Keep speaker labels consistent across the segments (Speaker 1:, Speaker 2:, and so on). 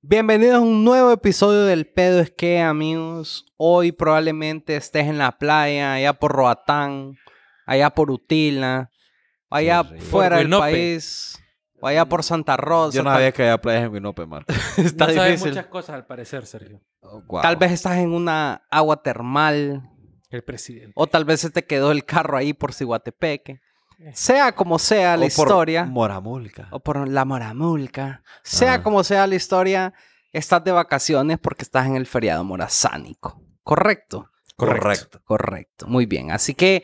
Speaker 1: Bienvenidos a un nuevo episodio del Pedo es que, amigos. Hoy probablemente estés en la playa, allá por Roatán, allá por Utila, allá
Speaker 2: rico.
Speaker 1: fuera
Speaker 3: Por
Speaker 1: del
Speaker 3: Guinope.
Speaker 1: país, o allá por Santa Rosa.
Speaker 2: Yo no
Speaker 1: tal-
Speaker 2: sabía que había playas en Guinope, Marco.
Speaker 1: está
Speaker 3: no sabes
Speaker 1: difícil.
Speaker 3: muchas cosas al parecer, Sergio.
Speaker 2: Oh, Guau.
Speaker 1: Tal vez estás en una agua termal,
Speaker 3: El presidente.
Speaker 1: o tal vez se te quedó el carro ahí por Cihuatepeque.
Speaker 3: Eh.
Speaker 1: Sea como sea
Speaker 2: O
Speaker 1: la
Speaker 2: por
Speaker 1: historia, Oh,
Speaker 2: Moramulca.
Speaker 1: o por la Moramulca, sea
Speaker 2: Ajá.
Speaker 1: como sea la historia, estás de vacaciones porque estás en el feriado morazánico. Correcto.
Speaker 2: Correcto.
Speaker 1: Correcto, muy bien. Así que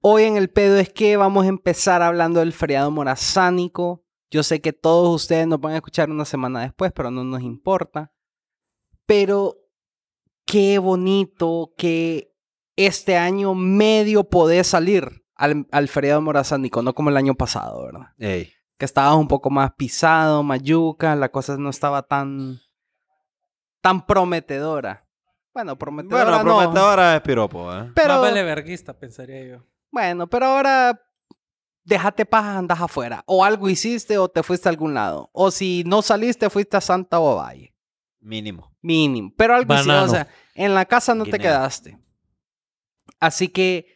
Speaker 1: hoy en el pedo es que vamos a empezar hablando del feriado morazánico. Yo sé que todos ustedes nos van a escuchar una semana después, pero no nos importa. Pero qué bonito que este año medio podés salir al, al feriado morazánico, no como el año pasado, ¿verdad?
Speaker 2: Ey,
Speaker 1: Que estabas un poco más pisado, mayuca, la cosa no estaba tan, tan prometedora. Bueno, prometedora.
Speaker 2: Bueno,
Speaker 1: no.
Speaker 2: prometedora es piropo, ¿eh?
Speaker 1: Pero,
Speaker 3: Más vale verguista, pensaría yo.
Speaker 1: bueno, pero ahora déjate paja, andas afuera. O algo hiciste o te fuiste a algún lado. O si no saliste, fuiste a Santa Ovalle.
Speaker 2: Mínimo.
Speaker 1: Mínimo. Pero algo hiciste,
Speaker 3: Banano.
Speaker 1: o sea, en la casa no te
Speaker 2: Guinea.
Speaker 1: quedaste. Así que,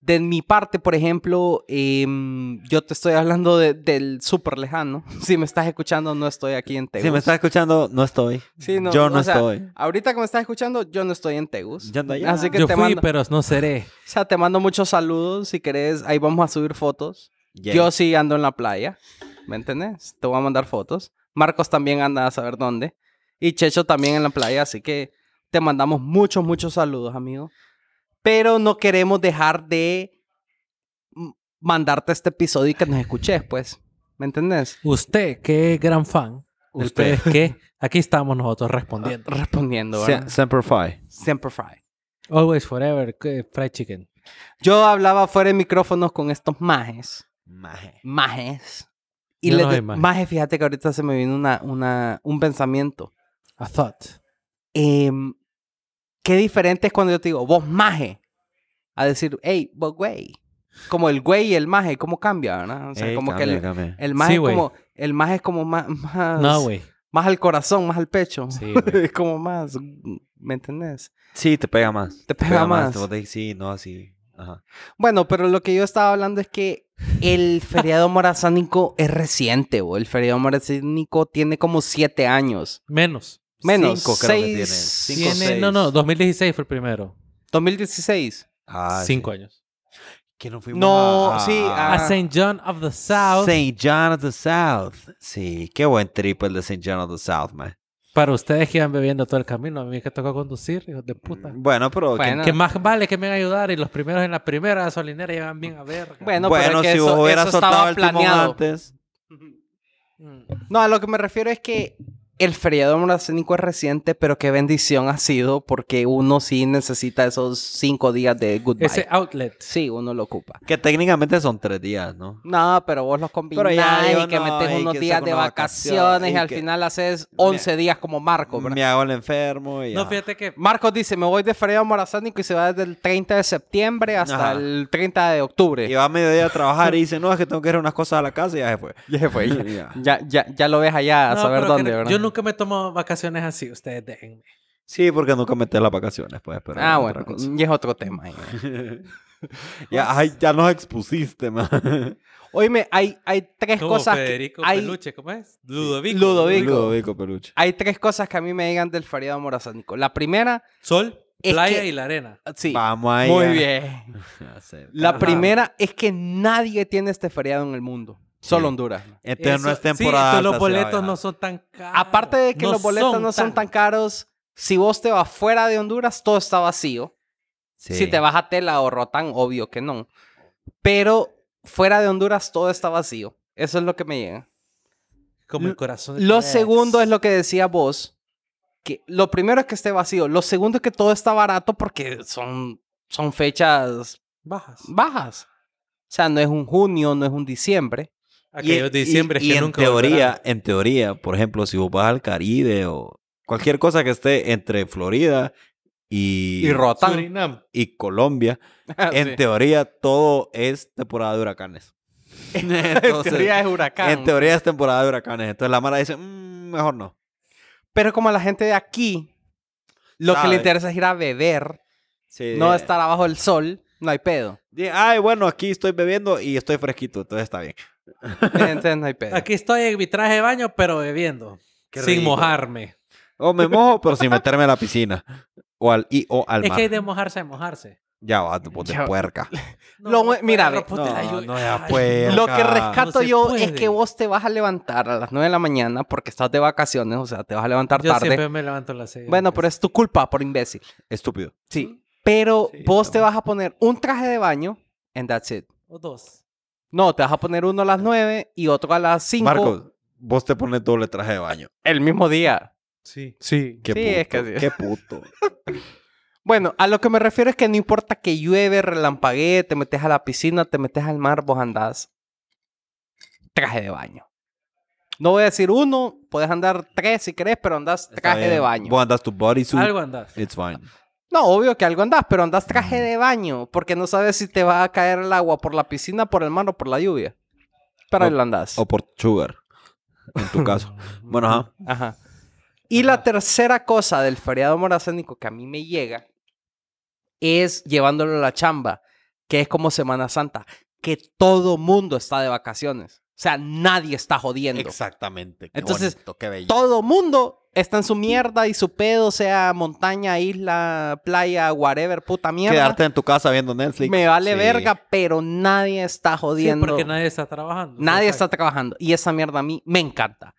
Speaker 1: de mi parte, por ejemplo, em, yo te estoy hablando de- del súper lejano. Si me estás escuchando, no estoy aquí en Tegus.
Speaker 2: Si me estás escuchando, no estoy.
Speaker 1: Sí, no,
Speaker 2: Yo no
Speaker 1: o sea,
Speaker 2: estoy.
Speaker 1: Ahorita que me estás escuchando, yo no estoy en Tegus.
Speaker 2: Yo ando allá.
Speaker 1: Así que
Speaker 3: Yo
Speaker 1: te
Speaker 3: fui,
Speaker 1: mando,
Speaker 3: pero no seré.
Speaker 1: o sea, te mando muchos saludos. Si querés, ahí vamos a subir fotos.
Speaker 2: Yeah.
Speaker 1: Yo sí ando en la playa, ¿me entendés? Te voy a mandar fotos. Marcos también anda a saber dónde. Y Checho también en la playa, así que te mandamos muchos, muchos saludos, amigo. Pero no queremos dejar de mm, mandarte este episodio y que nos escuches, pues. ¿Me entendés?
Speaker 3: Usted, que es gran fan.
Speaker 2: Usted.
Speaker 3: Usted, que aquí estamos nosotros respondiendo.
Speaker 1: Respondiendo,
Speaker 2: Se-
Speaker 1: ¿verdad?
Speaker 2: Semper Fi.
Speaker 1: Siempre fry.
Speaker 3: Ah. Always, forever, que- fried chicken.
Speaker 1: Yo hablaba fuera de micrófonos con estos majes.
Speaker 2: Maje.
Speaker 1: Majes. Y
Speaker 3: Yo
Speaker 1: les
Speaker 3: no
Speaker 1: de-
Speaker 3: soy maje.
Speaker 1: maje, fíjate que ahorita se me vino una, una, un pensamiento.
Speaker 3: A thought.
Speaker 1: em, qué diferente es cuando yo te digo, vos maje, a decir, hey, vos güey. Como el güey y el maje, ¿cómo cambia, verdad? O sea,
Speaker 2: Ey,
Speaker 1: como
Speaker 2: cambia,
Speaker 1: que el,
Speaker 2: cambia.
Speaker 1: el maje
Speaker 3: Sí,
Speaker 1: es
Speaker 3: güey.
Speaker 1: como, el maje es como más, más,
Speaker 3: No, güey.
Speaker 1: más al corazón, más al pecho.
Speaker 3: Sí, güey.
Speaker 1: Es como más, ¿me entendés?
Speaker 2: Sí, te pega más.
Speaker 1: Te pega más.
Speaker 2: Vos decís, sí, no, así. Ajá.
Speaker 1: Bueno, pero lo que yo estaba hablando es que el feriado morazánico es reciente, o el feriado morazánico tiene como siete años.
Speaker 3: Menos.
Speaker 1: Menos,
Speaker 2: Cinco creo que
Speaker 1: seis-
Speaker 2: tiene. Cinco,
Speaker 3: Tiene-
Speaker 2: seis.
Speaker 3: no, no, 2016 fue el primero.
Speaker 1: 2016.
Speaker 2: Ah, sí.
Speaker 3: Cinco años.
Speaker 2: Que no fuimos
Speaker 1: No,
Speaker 2: a-
Speaker 1: sí,
Speaker 2: a-
Speaker 3: A
Speaker 1: Ah.
Speaker 3: St. John of the South.
Speaker 2: St. John of the South. Sí, qué buen trip el de St. John of the South, man.
Speaker 3: Para ustedes que iban bebiendo todo el camino, a mí que tocó conducir, hijos de puta.
Speaker 1: Mm,
Speaker 2: Bueno, pero...
Speaker 1: Bueno,
Speaker 3: Que más vale que me van a ayudar y los primeros en la primera gasolinera llevan bien a ver.
Speaker 1: Bueno, pero
Speaker 2: bueno,
Speaker 1: es que
Speaker 2: si
Speaker 1: eso-
Speaker 2: vos hubieras
Speaker 1: eso estaba
Speaker 2: soltado el timón
Speaker 1: planeado.
Speaker 2: antes.
Speaker 3: Mm.
Speaker 1: No, a lo que me refiero es que el feriado morazánico es reciente, pero qué bendición ha sido porque uno sí necesita esos cinco días de goodbye.
Speaker 3: Ese outlet.
Speaker 1: Sí, uno lo ocupa.
Speaker 2: Que técnicamente son tres días, ¿no?
Speaker 1: No, pero vos los combinás
Speaker 2: ya digo,
Speaker 1: y que
Speaker 2: no,
Speaker 1: metes
Speaker 2: y
Speaker 1: unos
Speaker 2: que
Speaker 1: días
Speaker 2: saco
Speaker 1: de
Speaker 2: unas
Speaker 1: vacaciones,
Speaker 2: vacaciones,
Speaker 1: y
Speaker 2: y
Speaker 1: al
Speaker 2: que-
Speaker 1: final haces 11 días como Marco. ¿verdad?
Speaker 2: Me hago el enfermo y...
Speaker 3: No,
Speaker 2: ajá.
Speaker 3: fíjate que
Speaker 1: Marcos dice, me voy de feriado morazánico y se va desde el 30 de septiembre hasta
Speaker 2: Ajá.
Speaker 1: el 30 de octubre.
Speaker 2: Y va a mediodía a trabajar y dice, no, es que tengo que ir a unas cosas a la casa y ya se fue.
Speaker 1: Ya se fue, ya-
Speaker 2: Ya.
Speaker 1: Ya, ya, ya lo ves allá a
Speaker 3: No,
Speaker 1: saber
Speaker 3: pero
Speaker 1: dónde,
Speaker 3: creo-
Speaker 1: ¿verdad?
Speaker 3: Yo nunca me tomo vacaciones así, ustedes déjenme.
Speaker 2: Sí, porque nunca metes las vacaciones, pues. Pero
Speaker 1: Ah,
Speaker 2: otra
Speaker 1: bueno, pues.
Speaker 2: cosa.
Speaker 1: y es otro tema. ahí, ¿verdad?
Speaker 2: ya, ay, ya nos expusiste, man.
Speaker 1: Oíme, hay, hay tres
Speaker 3: Como
Speaker 1: cosas. que-
Speaker 3: Federico
Speaker 1: hay,
Speaker 3: Peluche, ¿cómo es? Ludovico.
Speaker 1: Ludovico.
Speaker 2: Ludovico Peluche.
Speaker 1: hay tres cosas que a mí me digan del feriado morazánico. La primera,
Speaker 3: Sol,
Speaker 1: Es
Speaker 3: playa
Speaker 1: que-
Speaker 3: y la arena.
Speaker 1: sí.
Speaker 2: Vamos ahí.
Speaker 1: Muy bien. La
Speaker 3: Ajá.
Speaker 1: primera es que nadie tiene este feriado en el mundo. Solo
Speaker 2: Sí.
Speaker 1: Honduras.
Speaker 2: Entonces Este no
Speaker 3: Eso-
Speaker 2: es temporada.
Speaker 3: Sí, entonces
Speaker 2: alta,
Speaker 3: los
Speaker 2: se va a
Speaker 3: boletos
Speaker 2: viajar.
Speaker 3: no son tan caros.
Speaker 1: Aparte de que los boletos Ah, no son tan caros, si vos te vas fuera de Honduras, todo está vacío.
Speaker 2: Sí.
Speaker 1: Si te vas a Tela o Rotán, obvio que no. Pero fuera de Honduras, todo está vacío. Eso es lo que me llega.
Speaker 3: Como el corazón. de
Speaker 1: Lo
Speaker 3: tu
Speaker 1: segundo
Speaker 3: ex.
Speaker 1: es lo que decía vos. Que lo primero es que esté vacío. Lo segundo es que todo está barato porque son, son fechas
Speaker 3: Bajas.
Speaker 1: bajas. O sea, no es un junio, no es un diciembre.
Speaker 3: Aquellos diciembre
Speaker 2: y
Speaker 3: que
Speaker 2: en
Speaker 3: nunca
Speaker 2: teoría,
Speaker 3: volverán.
Speaker 2: en teoría, por ejemplo, si vos vas al Caribe o cualquier cosa que esté entre Florida y,
Speaker 1: Y rotan.
Speaker 3: Surinam.
Speaker 2: y Colombia,
Speaker 1: Ah,
Speaker 3: Ah,
Speaker 2: en teoría todo es temporada de huracanes. Entonces,
Speaker 1: es huracán.
Speaker 2: en teoría es temporada de huracanes. Entonces la Mara dice, "Mm, mejor no.
Speaker 1: Pero como a la gente de aquí, lo que
Speaker 2: Sabe.
Speaker 1: le interesa es ir a beber,
Speaker 2: Sí.
Speaker 1: no estar abajo del sol, no hay pedo.
Speaker 2: Di- Ay, bueno, aquí estoy bebiendo y estoy fresquito, entonces está bien.
Speaker 1: Entonces no hay pedo.
Speaker 3: Aquí estoy en mi traje de baño, pero bebiendo.
Speaker 2: Qué
Speaker 3: sin
Speaker 2: rico.
Speaker 3: mojarme.
Speaker 2: O me mojo, pero sin meterme a la piscina. O al, y, o al
Speaker 3: es
Speaker 2: mar.
Speaker 3: que hay de mojarse a mojarse.
Speaker 2: Ya va, tu puta
Speaker 1: Ya-
Speaker 2: puerca.
Speaker 1: Lo mu- mira, ve.
Speaker 3: puta, la lluvia.
Speaker 2: no, ya
Speaker 3: Ay,
Speaker 2: pues.
Speaker 1: Lo que
Speaker 2: No
Speaker 1: rescato
Speaker 3: se
Speaker 1: yo es
Speaker 3: puede.
Speaker 1: que vos te vas a levantar a las 9 de la mañana porque estás de vacaciones, o sea, te vas a levantar
Speaker 3: Yo
Speaker 1: tarde.
Speaker 3: siempre me levanto a las seis.
Speaker 1: Bueno, pero es tu culpa por imbécil.
Speaker 2: Estúpido.
Speaker 1: Sí. Pero
Speaker 2: Sí,
Speaker 1: vos te
Speaker 2: también.
Speaker 1: vas a poner un traje de baño and that's it.
Speaker 3: O dos.
Speaker 1: No, te vas a poner uno a las 9 y otro a las 5
Speaker 2: Marcos, vos te pones doble traje de baño.
Speaker 1: el mismo día.
Speaker 3: Sí.
Speaker 1: Sí.
Speaker 2: Qué
Speaker 1: sí,
Speaker 2: puto.
Speaker 1: es que sí.
Speaker 2: Qué puto.
Speaker 1: Bueno, a lo que me refiero es que no importa que llueve, relampaguee, te metes a la piscina, te metes al mar, vos andás traje de baño. No voy a decir uno, puedes andar tres si querés, pero andás
Speaker 2: Está
Speaker 1: traje de
Speaker 2: bien.
Speaker 1: baño. Ah.
Speaker 2: Vos andas tu bodysuit.
Speaker 3: Algo andás.
Speaker 2: It's fine.
Speaker 1: No, obvio que algo andás, pero andás traje
Speaker 2: Mm.
Speaker 1: de baño, porque no sabes si te va a caer el agua por la piscina, por el mar o por la lluvia. Pero
Speaker 2: O-
Speaker 1: ahí lo andás.
Speaker 2: O por sugar. En tu caso. Bueno, ajá.
Speaker 1: Ajá. Y la tercera cosa del feriado morazánico que a mí me llega es llevándolo a la chamba, que es como Semana Santa, que todo mundo está de vacaciones. O sea, nadie está jodiendo.
Speaker 2: Exactamente.
Speaker 1: Qué Entonces,
Speaker 2: qué bello.
Speaker 1: Todo mundo está en su mierda y su pedo, sea montaña, isla, playa, whatever, puta mierda.
Speaker 2: Quedarte en tu casa viendo Netflix.
Speaker 1: me vale
Speaker 2: Sí.
Speaker 1: verga, pero nadie está
Speaker 3: Sí,
Speaker 1: jodiendo.
Speaker 3: porque nadie está trabajando.
Speaker 1: Nadie
Speaker 3: Exacto.
Speaker 1: está trabajando. Y esa mierda a mí me encanta.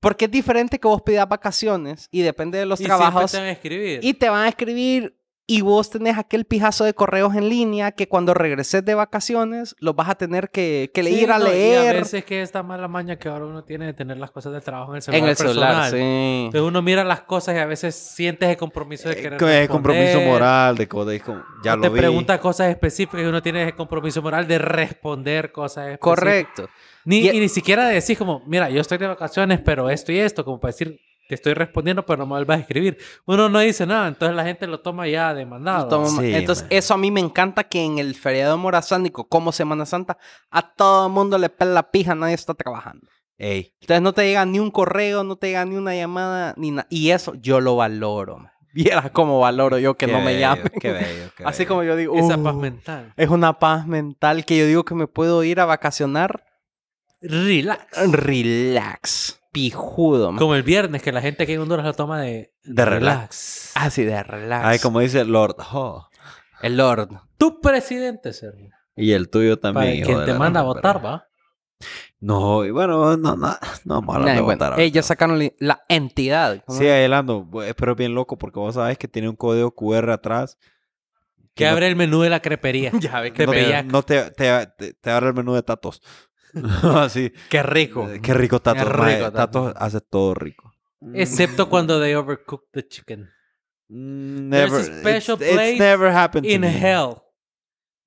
Speaker 1: Porque es diferente que vos pidas vacaciones y depende de los
Speaker 3: Y siempre
Speaker 1: trabajos.
Speaker 3: te van a escribir.
Speaker 1: Y te van a escribir y vos tenés aquel pijazo de correos en línea que cuando regreses de vacaciones los vas a tener que, que
Speaker 3: Sí,
Speaker 1: ir a
Speaker 3: no, y
Speaker 1: leer
Speaker 3: a veces que esta mala maña que ahora uno tiene de tener las cosas del trabajo en el celular.
Speaker 1: en el celular.
Speaker 3: personal.
Speaker 1: Sí.
Speaker 3: Entonces uno mira las cosas y a veces sientes el compromiso de
Speaker 2: Eh,
Speaker 3: querer.
Speaker 2: que es
Speaker 3: responder.
Speaker 2: compromiso moral de cosas. es como, Ya
Speaker 3: O
Speaker 2: lo
Speaker 3: te
Speaker 2: vi.
Speaker 3: pregunta cosas específicas y uno tiene el compromiso moral de responder cosas específicas.
Speaker 1: Correcto.
Speaker 3: Ni,
Speaker 1: Y-
Speaker 3: y ni siquiera decís como, mira, yo estoy de vacaciones, pero esto y esto, como para decir, te estoy respondiendo, pero no me vuelvas a escribir. Uno no dice nada, entonces la gente lo toma ya demandado.
Speaker 1: Toma-
Speaker 2: Sí,
Speaker 1: Entonces,
Speaker 2: man.
Speaker 1: eso a mí me encanta que en el feriado morazánico, como Semana Santa, a todo el mundo le pela la pija, nadie está trabajando.
Speaker 2: Ey,
Speaker 1: Entonces, no te llega ni un correo, no te llega ni una llamada, ni nada. Y eso yo lo valoro. man. Vieras cómo valoro yo que
Speaker 2: qué
Speaker 1: no me
Speaker 2: bello,
Speaker 1: llamen.
Speaker 2: Qué bello. qué
Speaker 1: Así
Speaker 2: bello.
Speaker 1: como yo digo,
Speaker 3: Esa paz
Speaker 1: "Uh,
Speaker 3: mental.
Speaker 1: Es una paz mental que yo digo que me puedo ir a vacacionar
Speaker 3: Relax.
Speaker 1: relax, pijudo. man.
Speaker 3: Como el viernes, que la gente aquí en Honduras lo toma de,
Speaker 2: De
Speaker 3: relax.
Speaker 1: Así de relax.
Speaker 2: Ay, como dice Lord Ho.
Speaker 1: El Lord.
Speaker 3: Tu presidente, Sergio.
Speaker 2: Y el tuyo
Speaker 3: Para
Speaker 2: también. hijo
Speaker 3: quien
Speaker 2: de
Speaker 3: te
Speaker 2: la
Speaker 3: manda a
Speaker 2: gran
Speaker 3: votar,
Speaker 2: verga.
Speaker 3: ¿va?
Speaker 2: No, y bueno, no, no, no vamos a hablar de
Speaker 1: Nah, bueno,
Speaker 2: votar. ahorita.
Speaker 1: ellos sacaron li- la entidad. ¿cómo
Speaker 2: Sí, eh,
Speaker 1: es?
Speaker 2: adelando, pero bien loco porque vos sabés que tiene un código QR atrás.
Speaker 3: Que
Speaker 2: no-
Speaker 3: abre el menú de la crepería.
Speaker 1: Ya ve
Speaker 3: de
Speaker 1: que
Speaker 2: no, te,
Speaker 3: bellaco.
Speaker 2: no te, te- te- te abre el menú de tatos. Así. eh,
Speaker 1: qué rico.
Speaker 2: Qué rico tatos.
Speaker 1: Qué rico
Speaker 2: mae.
Speaker 1: tatos.
Speaker 2: tatos hace todo rico.
Speaker 3: Excepto cuando they overcook the chicken.
Speaker 2: Mm,
Speaker 3: There's
Speaker 2: Never.
Speaker 3: a special
Speaker 2: it's, it's
Speaker 3: place
Speaker 2: never happened to
Speaker 3: In
Speaker 2: me.
Speaker 3: hell.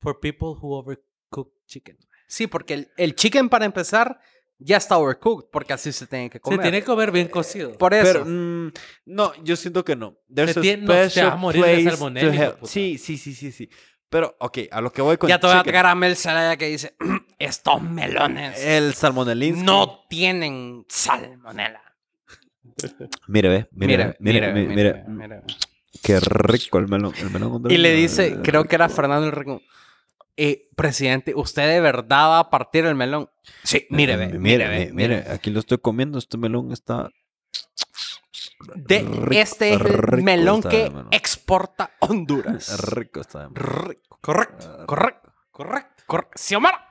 Speaker 3: For people who overcook chicken.
Speaker 1: Sí, porque el, el chicken para empezar ya está overcooked porque así se tiene que comer.
Speaker 3: Se tiene que comer bien cocido.
Speaker 1: Por eso.
Speaker 2: Pero, mm, no, yo siento que no. There's
Speaker 3: Se
Speaker 2: a
Speaker 3: tiene- no, se
Speaker 2: special
Speaker 3: va a morir de
Speaker 2: place to
Speaker 3: salmonela, hijo
Speaker 2: hell.
Speaker 3: de puta.
Speaker 2: Sí, sí, sí, sí, sí. Pero, ok, a lo que voy con
Speaker 1: ya te voy a
Speaker 2: chicken.
Speaker 1: traer a Mel Zelaya que dice, estos melones
Speaker 2: El salmonelín.
Speaker 1: no tienen salmonela.
Speaker 2: Mire, ve. Mire, mire, mire, mire.
Speaker 1: mira.
Speaker 2: Qué rico el melón. El melón Eh,
Speaker 1: Y le dice, creo que era Fernando el Rico. Eh, presidente, ¿usted de verdad va a partir el melón? Sí, mire, ve,
Speaker 2: eh, mire,
Speaker 1: mire, ve,
Speaker 2: mire, mire, aquí lo estoy comiendo, este melón está...
Speaker 1: De-
Speaker 2: Rico,
Speaker 1: este es el
Speaker 2: rico
Speaker 1: melón
Speaker 2: está
Speaker 1: que
Speaker 2: el melón.
Speaker 1: exporta Honduras.
Speaker 2: Rico está.
Speaker 1: Rico, correcto, correcto,
Speaker 3: Correcto.
Speaker 1: correcto. Xiomara.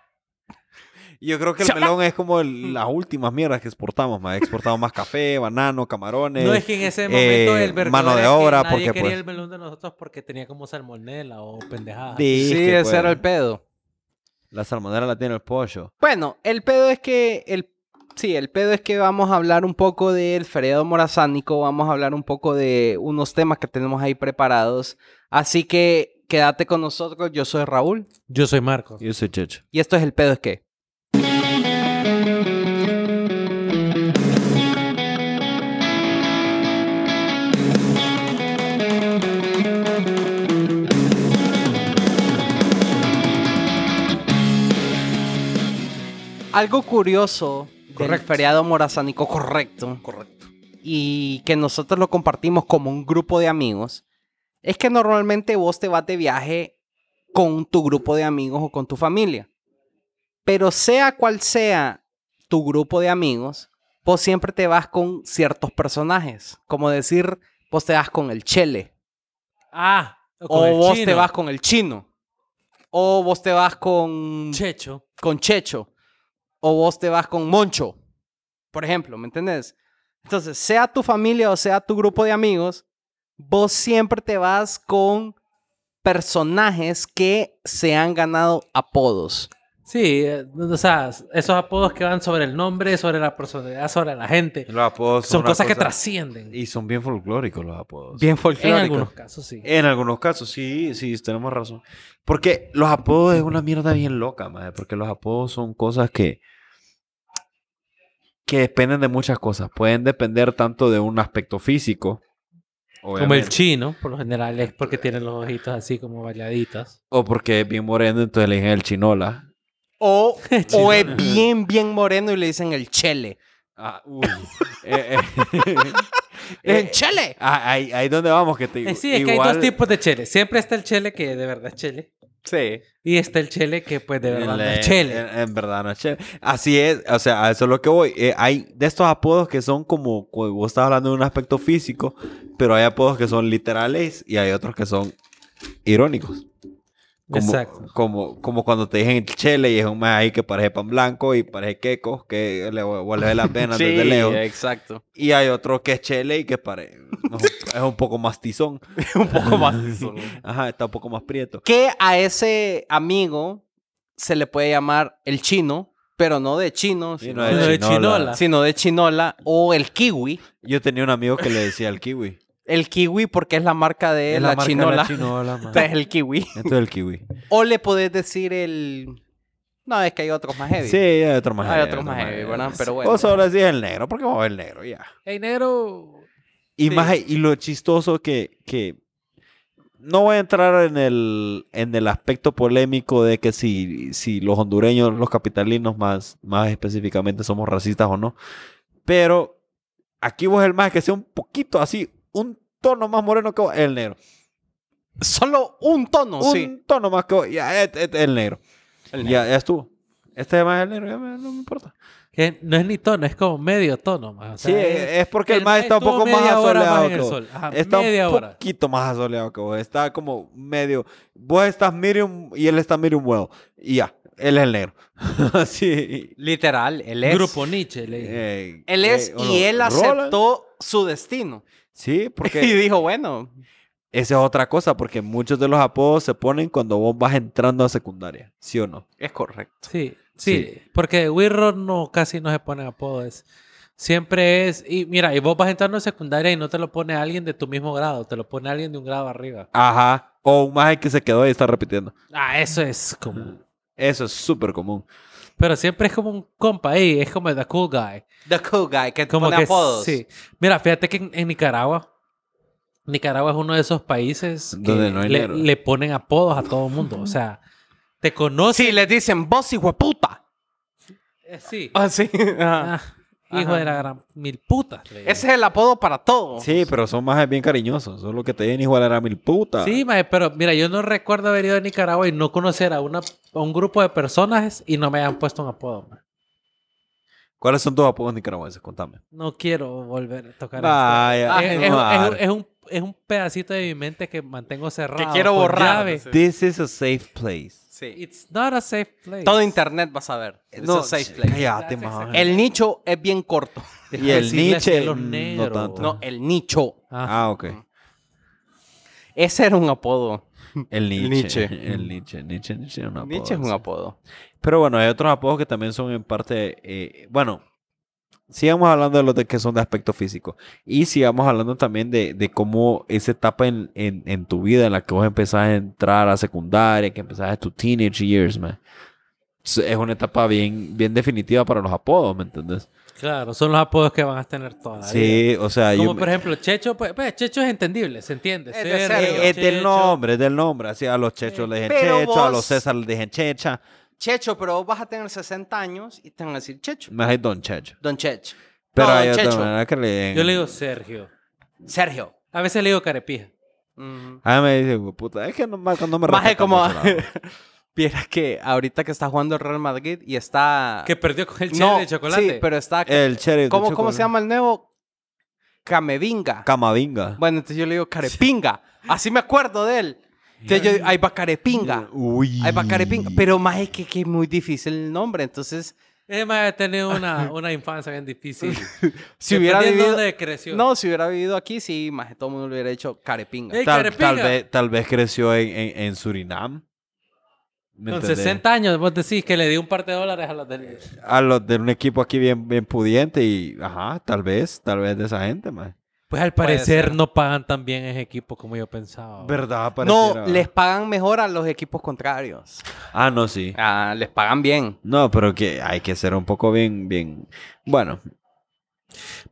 Speaker 2: Yo creo que
Speaker 1: Se
Speaker 2: el
Speaker 1: habla-
Speaker 2: melón es como el- las últimas mierdas que exportamos, más exportamos más café, banano, camarones.
Speaker 3: No es que en ese momento
Speaker 2: eh,
Speaker 3: el verdugo
Speaker 2: mano de
Speaker 3: era que
Speaker 2: obra,
Speaker 3: nadie
Speaker 2: porque,
Speaker 3: quería
Speaker 2: pues-
Speaker 3: el melón de nosotros porque tenía como salmonela o pendejada.
Speaker 1: Sí,
Speaker 2: Dije,
Speaker 1: ese era
Speaker 2: pues,
Speaker 1: el pedo.
Speaker 2: La salmonera la tiene el pollo.
Speaker 1: Bueno, el pedo es que el sí, el pedo es que vamos a hablar un poco del feriado morazánico, vamos a hablar un poco de unos temas que tenemos ahí preparados, así que quédate con nosotros, yo soy Raúl
Speaker 3: Yo soy Marco.
Speaker 2: Yo soy checho.
Speaker 1: y esto es el pedo es que Algo curioso del
Speaker 3: Correcto.
Speaker 1: feriado morazánico correcto. Correcto. y que nosotros lo compartimos como un grupo de amigos, es que normalmente vos te vas de viaje con tu grupo de amigos o con tu familia. Pero sea cual sea tu grupo de amigos, vos siempre te vas con ciertos personajes. Como decir, vos te vas con el chele.
Speaker 3: Ah,
Speaker 1: O,
Speaker 3: con el
Speaker 1: vos te
Speaker 3: chino.
Speaker 1: vas con el chino. O vos te vas con,
Speaker 3: Checho.
Speaker 1: con Checho. O vos te vas con Moncho. Por ejemplo, ¿me entendés? Entonces, sea tu familia o sea tu grupo de amigos, vos siempre te vas con personajes que se han ganado apodos.
Speaker 3: Sí, eh, o sea, esos apodos que van sobre el nombre, sobre la personalidad, sobre la gente.
Speaker 2: Los apodos
Speaker 3: Son
Speaker 2: una
Speaker 3: cosas que
Speaker 2: cosa-
Speaker 3: trascienden.
Speaker 2: Y son bien folclóricos los apodos.
Speaker 1: Bien
Speaker 3: En
Speaker 1: folclóricos.
Speaker 3: algunos casos, sí.
Speaker 2: En algunos casos, sí, sí, tenemos razón. Porque los apodos es una mierda bien loca, madre. Porque los apodos son cosas que. que dependen de muchas cosas. Pueden depender tanto de un aspecto físico.
Speaker 3: Como el
Speaker 2: obviamente,
Speaker 3: chino, por lo general, es porque tienen los ojitos así como variaditas.
Speaker 2: O porque es bien moreno, entonces le dicen el chinola.
Speaker 1: O,
Speaker 3: Chino.
Speaker 1: o es bien, bien moreno y le dicen el chele.
Speaker 2: Ah, uy. Eh, eh.
Speaker 1: ¡El
Speaker 2: Eh,
Speaker 1: chele!
Speaker 2: ah, ahí, ahí donde vamos, que te
Speaker 3: Eh, sí, es que hay
Speaker 2: igual-
Speaker 3: dos tipos de chele. Siempre está el chele que de verdad es chele.
Speaker 2: Sí.
Speaker 3: Y está el chele que pues de verdad no
Speaker 2: Le-
Speaker 3: es chele.
Speaker 2: En, en verdad no es chele. Así es, o sea, a eso es lo que voy. Eh, hay de estos apodos que son como, como vos estás hablando de un aspecto físico, pero hay apodos que son literales y hay otros que son irónicos. Como,
Speaker 3: Exacto.
Speaker 2: Como, como cuando te dicen chele y es un más ahí que parece pan blanco y parece queco, que le vuelve la pena desde lejos.
Speaker 3: eh.
Speaker 1: exacto.
Speaker 2: Y hay otro que es chele y que parece, no, es un poco más tizón.
Speaker 1: Un poco más.
Speaker 2: Ajá, está un poco más prieto.
Speaker 1: que a ese amigo se le puede llamar el chino, pero no de chino, sino,
Speaker 2: no
Speaker 1: de,
Speaker 3: Lo de
Speaker 2: chinola.
Speaker 3: chinola.
Speaker 1: sino de chinola o el kiwi.
Speaker 2: Yo tenía un amigo que le decía al kiwi.
Speaker 1: El kiwi porque es la marca de la, chinola. Entonces, el kiwi.
Speaker 2: Esto es el kiwi.
Speaker 1: O le podés decir el... No, es que hay otros más heavy.
Speaker 2: Sí, hay otro más
Speaker 1: Hay
Speaker 2: heavy,
Speaker 1: otro más
Speaker 2: más
Speaker 1: heavy,
Speaker 2: heavy,
Speaker 1: ¿verdad?
Speaker 2: sí.
Speaker 1: Pero bueno.
Speaker 2: O solo decís el negro, porque vamos a ver el negro ya.
Speaker 3: Ey, negro.
Speaker 2: Y
Speaker 1: Sí.
Speaker 2: más, y lo chistoso que, que no voy a entrar en el, en el aspecto polémico de que si, si los hondureños, los capitalinos más, más específicamente somos racistas o no. Pero aquí vos el más que sea un poquito así, un tono más moreno que vos, el negro.
Speaker 1: Solo un tono,
Speaker 2: un
Speaker 1: Oh, sí.
Speaker 2: tono más que vos, ya, este- este es el negro.
Speaker 1: El
Speaker 2: Ya, ya estuvo. Este es más el negro, ya me- no me importa.
Speaker 3: Que no es ni tono, es como medio tono más. O
Speaker 2: Sí,
Speaker 3: sea, es-
Speaker 2: es porque el
Speaker 3: el
Speaker 2: más
Speaker 3: mae
Speaker 2: está un
Speaker 3: estuvo
Speaker 2: poco más
Speaker 3: media hora
Speaker 2: asoleado
Speaker 3: más en
Speaker 2: que
Speaker 3: el
Speaker 2: vos.
Speaker 3: sol. Ajá,
Speaker 2: está
Speaker 3: media
Speaker 2: un
Speaker 3: hora.
Speaker 2: poquito más asoleado que vos. Está como medio. Vos estás medium y él está medium well. Y ya, él es el negro. Así.
Speaker 1: Literal, él es.
Speaker 3: Grupo Nietzsche. Le dije.
Speaker 2: eh,
Speaker 1: Él es
Speaker 2: eh,
Speaker 1: y él
Speaker 2: Roland.
Speaker 1: aceptó su destino.
Speaker 2: Sí,
Speaker 1: Y
Speaker 2: porque
Speaker 1: dijo, bueno,
Speaker 2: esa es otra cosa, porque muchos de los apodos se ponen cuando vos vas entrando a secundaria, ¿sí o no?
Speaker 1: es correcto.
Speaker 3: Sí, sí, porque Wirro no, casi no se pone apodos. Siempre es, y mira, y vos vas entrando en secundaria y no te lo pone alguien de tu mismo grado, te lo pone alguien de un grado arriba.
Speaker 2: Ajá. O un maje que se quedó y está repitiendo.
Speaker 3: Ah, eso es común.
Speaker 2: Eso es súper común.
Speaker 3: Pero siempre es como un compa ahí, es como el The Cool Guy.
Speaker 1: The cool guy, que
Speaker 3: Como
Speaker 1: pone
Speaker 3: que
Speaker 1: apodos.
Speaker 3: Sí. Mira, fíjate que en, en Nicaragua, Nicaragua es uno de esos países que
Speaker 2: Donde no hay
Speaker 3: le,
Speaker 2: negro.
Speaker 3: le ponen apodos a todo el mundo. O sea, te conocen.
Speaker 1: Sí, les dicen, vos hijo de puta.
Speaker 3: Eh, sí.
Speaker 1: Ah, sí. ajá.
Speaker 3: Ah, hijo
Speaker 1: Ajá.
Speaker 3: de la gran mil putas. le digo.
Speaker 1: Ese es el apodo para todo.
Speaker 2: Sí, pero son majes bien cariñosos. Solo que te vienen igual a la mil puta.
Speaker 3: Sí, mae, pero mira, yo no recuerdo haber ido a Nicaragua y no conocer a, una, a un grupo de personas y no me hayan puesto un apodo. mae.
Speaker 2: ¿Cuáles son tus apodos nicaragüenses? Contame.
Speaker 3: No quiero volver a tocar
Speaker 2: Vaya, ah,
Speaker 3: esto. Es, eh, es-
Speaker 2: Omar.
Speaker 3: es- es un, es un pedacito de mi mente que mantengo cerrado.
Speaker 1: Que quiero
Speaker 3: con
Speaker 1: borrar.
Speaker 3: llave.
Speaker 1: Sí.
Speaker 2: This is a safe place.
Speaker 1: Sí.
Speaker 3: It's not a safe place.
Speaker 1: Todo internet vas a ver. No,
Speaker 2: cállate,
Speaker 3: That's
Speaker 2: man.
Speaker 3: exactly-
Speaker 1: El nicho es bien corto.
Speaker 3: Deja
Speaker 2: y
Speaker 3: de
Speaker 2: el
Speaker 3: decirle así a
Speaker 2: Nietzsche,
Speaker 3: los
Speaker 2: mm, no
Speaker 3: negros.
Speaker 2: tanto.
Speaker 1: No, el nicho.
Speaker 3: Ah,
Speaker 2: Ah, ok.
Speaker 1: Ese era un apodo.
Speaker 2: El
Speaker 1: Nietzsche.
Speaker 2: Nietzsche. El Nietzsche. Nietzsche, Nietzsche es un apodo.
Speaker 1: Nicho es un apodo.
Speaker 2: Pero bueno, hay otros apodos que también son en parte... eh, bueno, sigamos hablando de los de que son de aspecto físico. Y sigamos hablando también de, de cómo esa etapa en, en, en tu vida en la que vos empezás a entrar a secundaria, que empezás a tus teenage years, man. Es es una etapa bien, bien definitiva para los apodos, ¿me entendés?
Speaker 3: claro, son los apodos que van a tener toda la vida.
Speaker 2: Sí, o sea,
Speaker 3: Como
Speaker 2: yo...
Speaker 3: por ejemplo, Checho, pues, pues, Checho es entendible, se entiende.
Speaker 1: Es de
Speaker 3: Sergio,
Speaker 1: serio.
Speaker 2: Eh, Es del
Speaker 3: Checho.
Speaker 2: nombre, es del nombre. Así a los chechos le dicen
Speaker 1: Pero
Speaker 2: checho, a los
Speaker 1: vos-
Speaker 2: César le dicen checha.
Speaker 1: Checho, pero vos vas a tener 60 años y te van a decir Checho.
Speaker 2: Me dicen don checho.
Speaker 1: Don Checho.
Speaker 2: Pero
Speaker 1: No,
Speaker 2: hay
Speaker 1: don
Speaker 2: otra
Speaker 1: Checho.
Speaker 2: manera que le den.
Speaker 3: Yo le digo Sergio.
Speaker 1: Sergio.
Speaker 3: A veces le digo carepija.
Speaker 2: Ah, me dice, "Hue puta, es que no, Marco, no me
Speaker 1: Maje,
Speaker 2: respeta
Speaker 1: como.
Speaker 2: mucho, la verdad".
Speaker 1: Vieras que ahorita que está jugando el Real Madrid y está.
Speaker 3: Que perdió con el
Speaker 1: No,
Speaker 3: chile de chocolate.
Speaker 1: Sí, pero está.
Speaker 2: El cherry. Eh, de
Speaker 1: ¿Cómo, ¿Cómo
Speaker 2: chocolate.
Speaker 1: se llama el nuevo? Camevinga.
Speaker 2: Camavinga.
Speaker 1: bueno, entonces yo le digo Carepinga. Así me acuerdo de él. Entonces yo digo, ahí va Carepinga.
Speaker 2: Uy.
Speaker 1: Ahí va Carepinga. Pero más es que, que es muy difícil el nombre. Entonces,
Speaker 3: Ese mae ha tenido una, una infancia bien difícil.
Speaker 1: si hubiera
Speaker 3: Dependiendo
Speaker 1: vivido.
Speaker 3: dónde creció.
Speaker 1: No, si hubiera vivido aquí, sí, más todo el mundo le hubiera hecho Carepinga.
Speaker 3: Ey,
Speaker 2: Tal,
Speaker 3: Carepinga.
Speaker 2: tal vez, tal vez creció en, en, en Surinam. ¿Me
Speaker 3: Con
Speaker 2: entendés?
Speaker 3: 60 años vos decís que le di un par de dólares a los del...
Speaker 2: A los de un equipo aquí bien, bien pudiente y, ajá, tal vez, tal vez de esa gente, más.
Speaker 3: Pues al
Speaker 1: Puede
Speaker 3: parecer
Speaker 1: ser.
Speaker 3: no pagan tan bien ese equipo como yo pensaba.
Speaker 2: ¿Verdad?
Speaker 1: No,
Speaker 2: Pareciera.
Speaker 1: les pagan mejor a los equipos contrarios.
Speaker 2: Ah, no, sí.
Speaker 1: Ah, les pagan bien.
Speaker 2: No, pero que hay que ser un poco bien, bien. Bueno,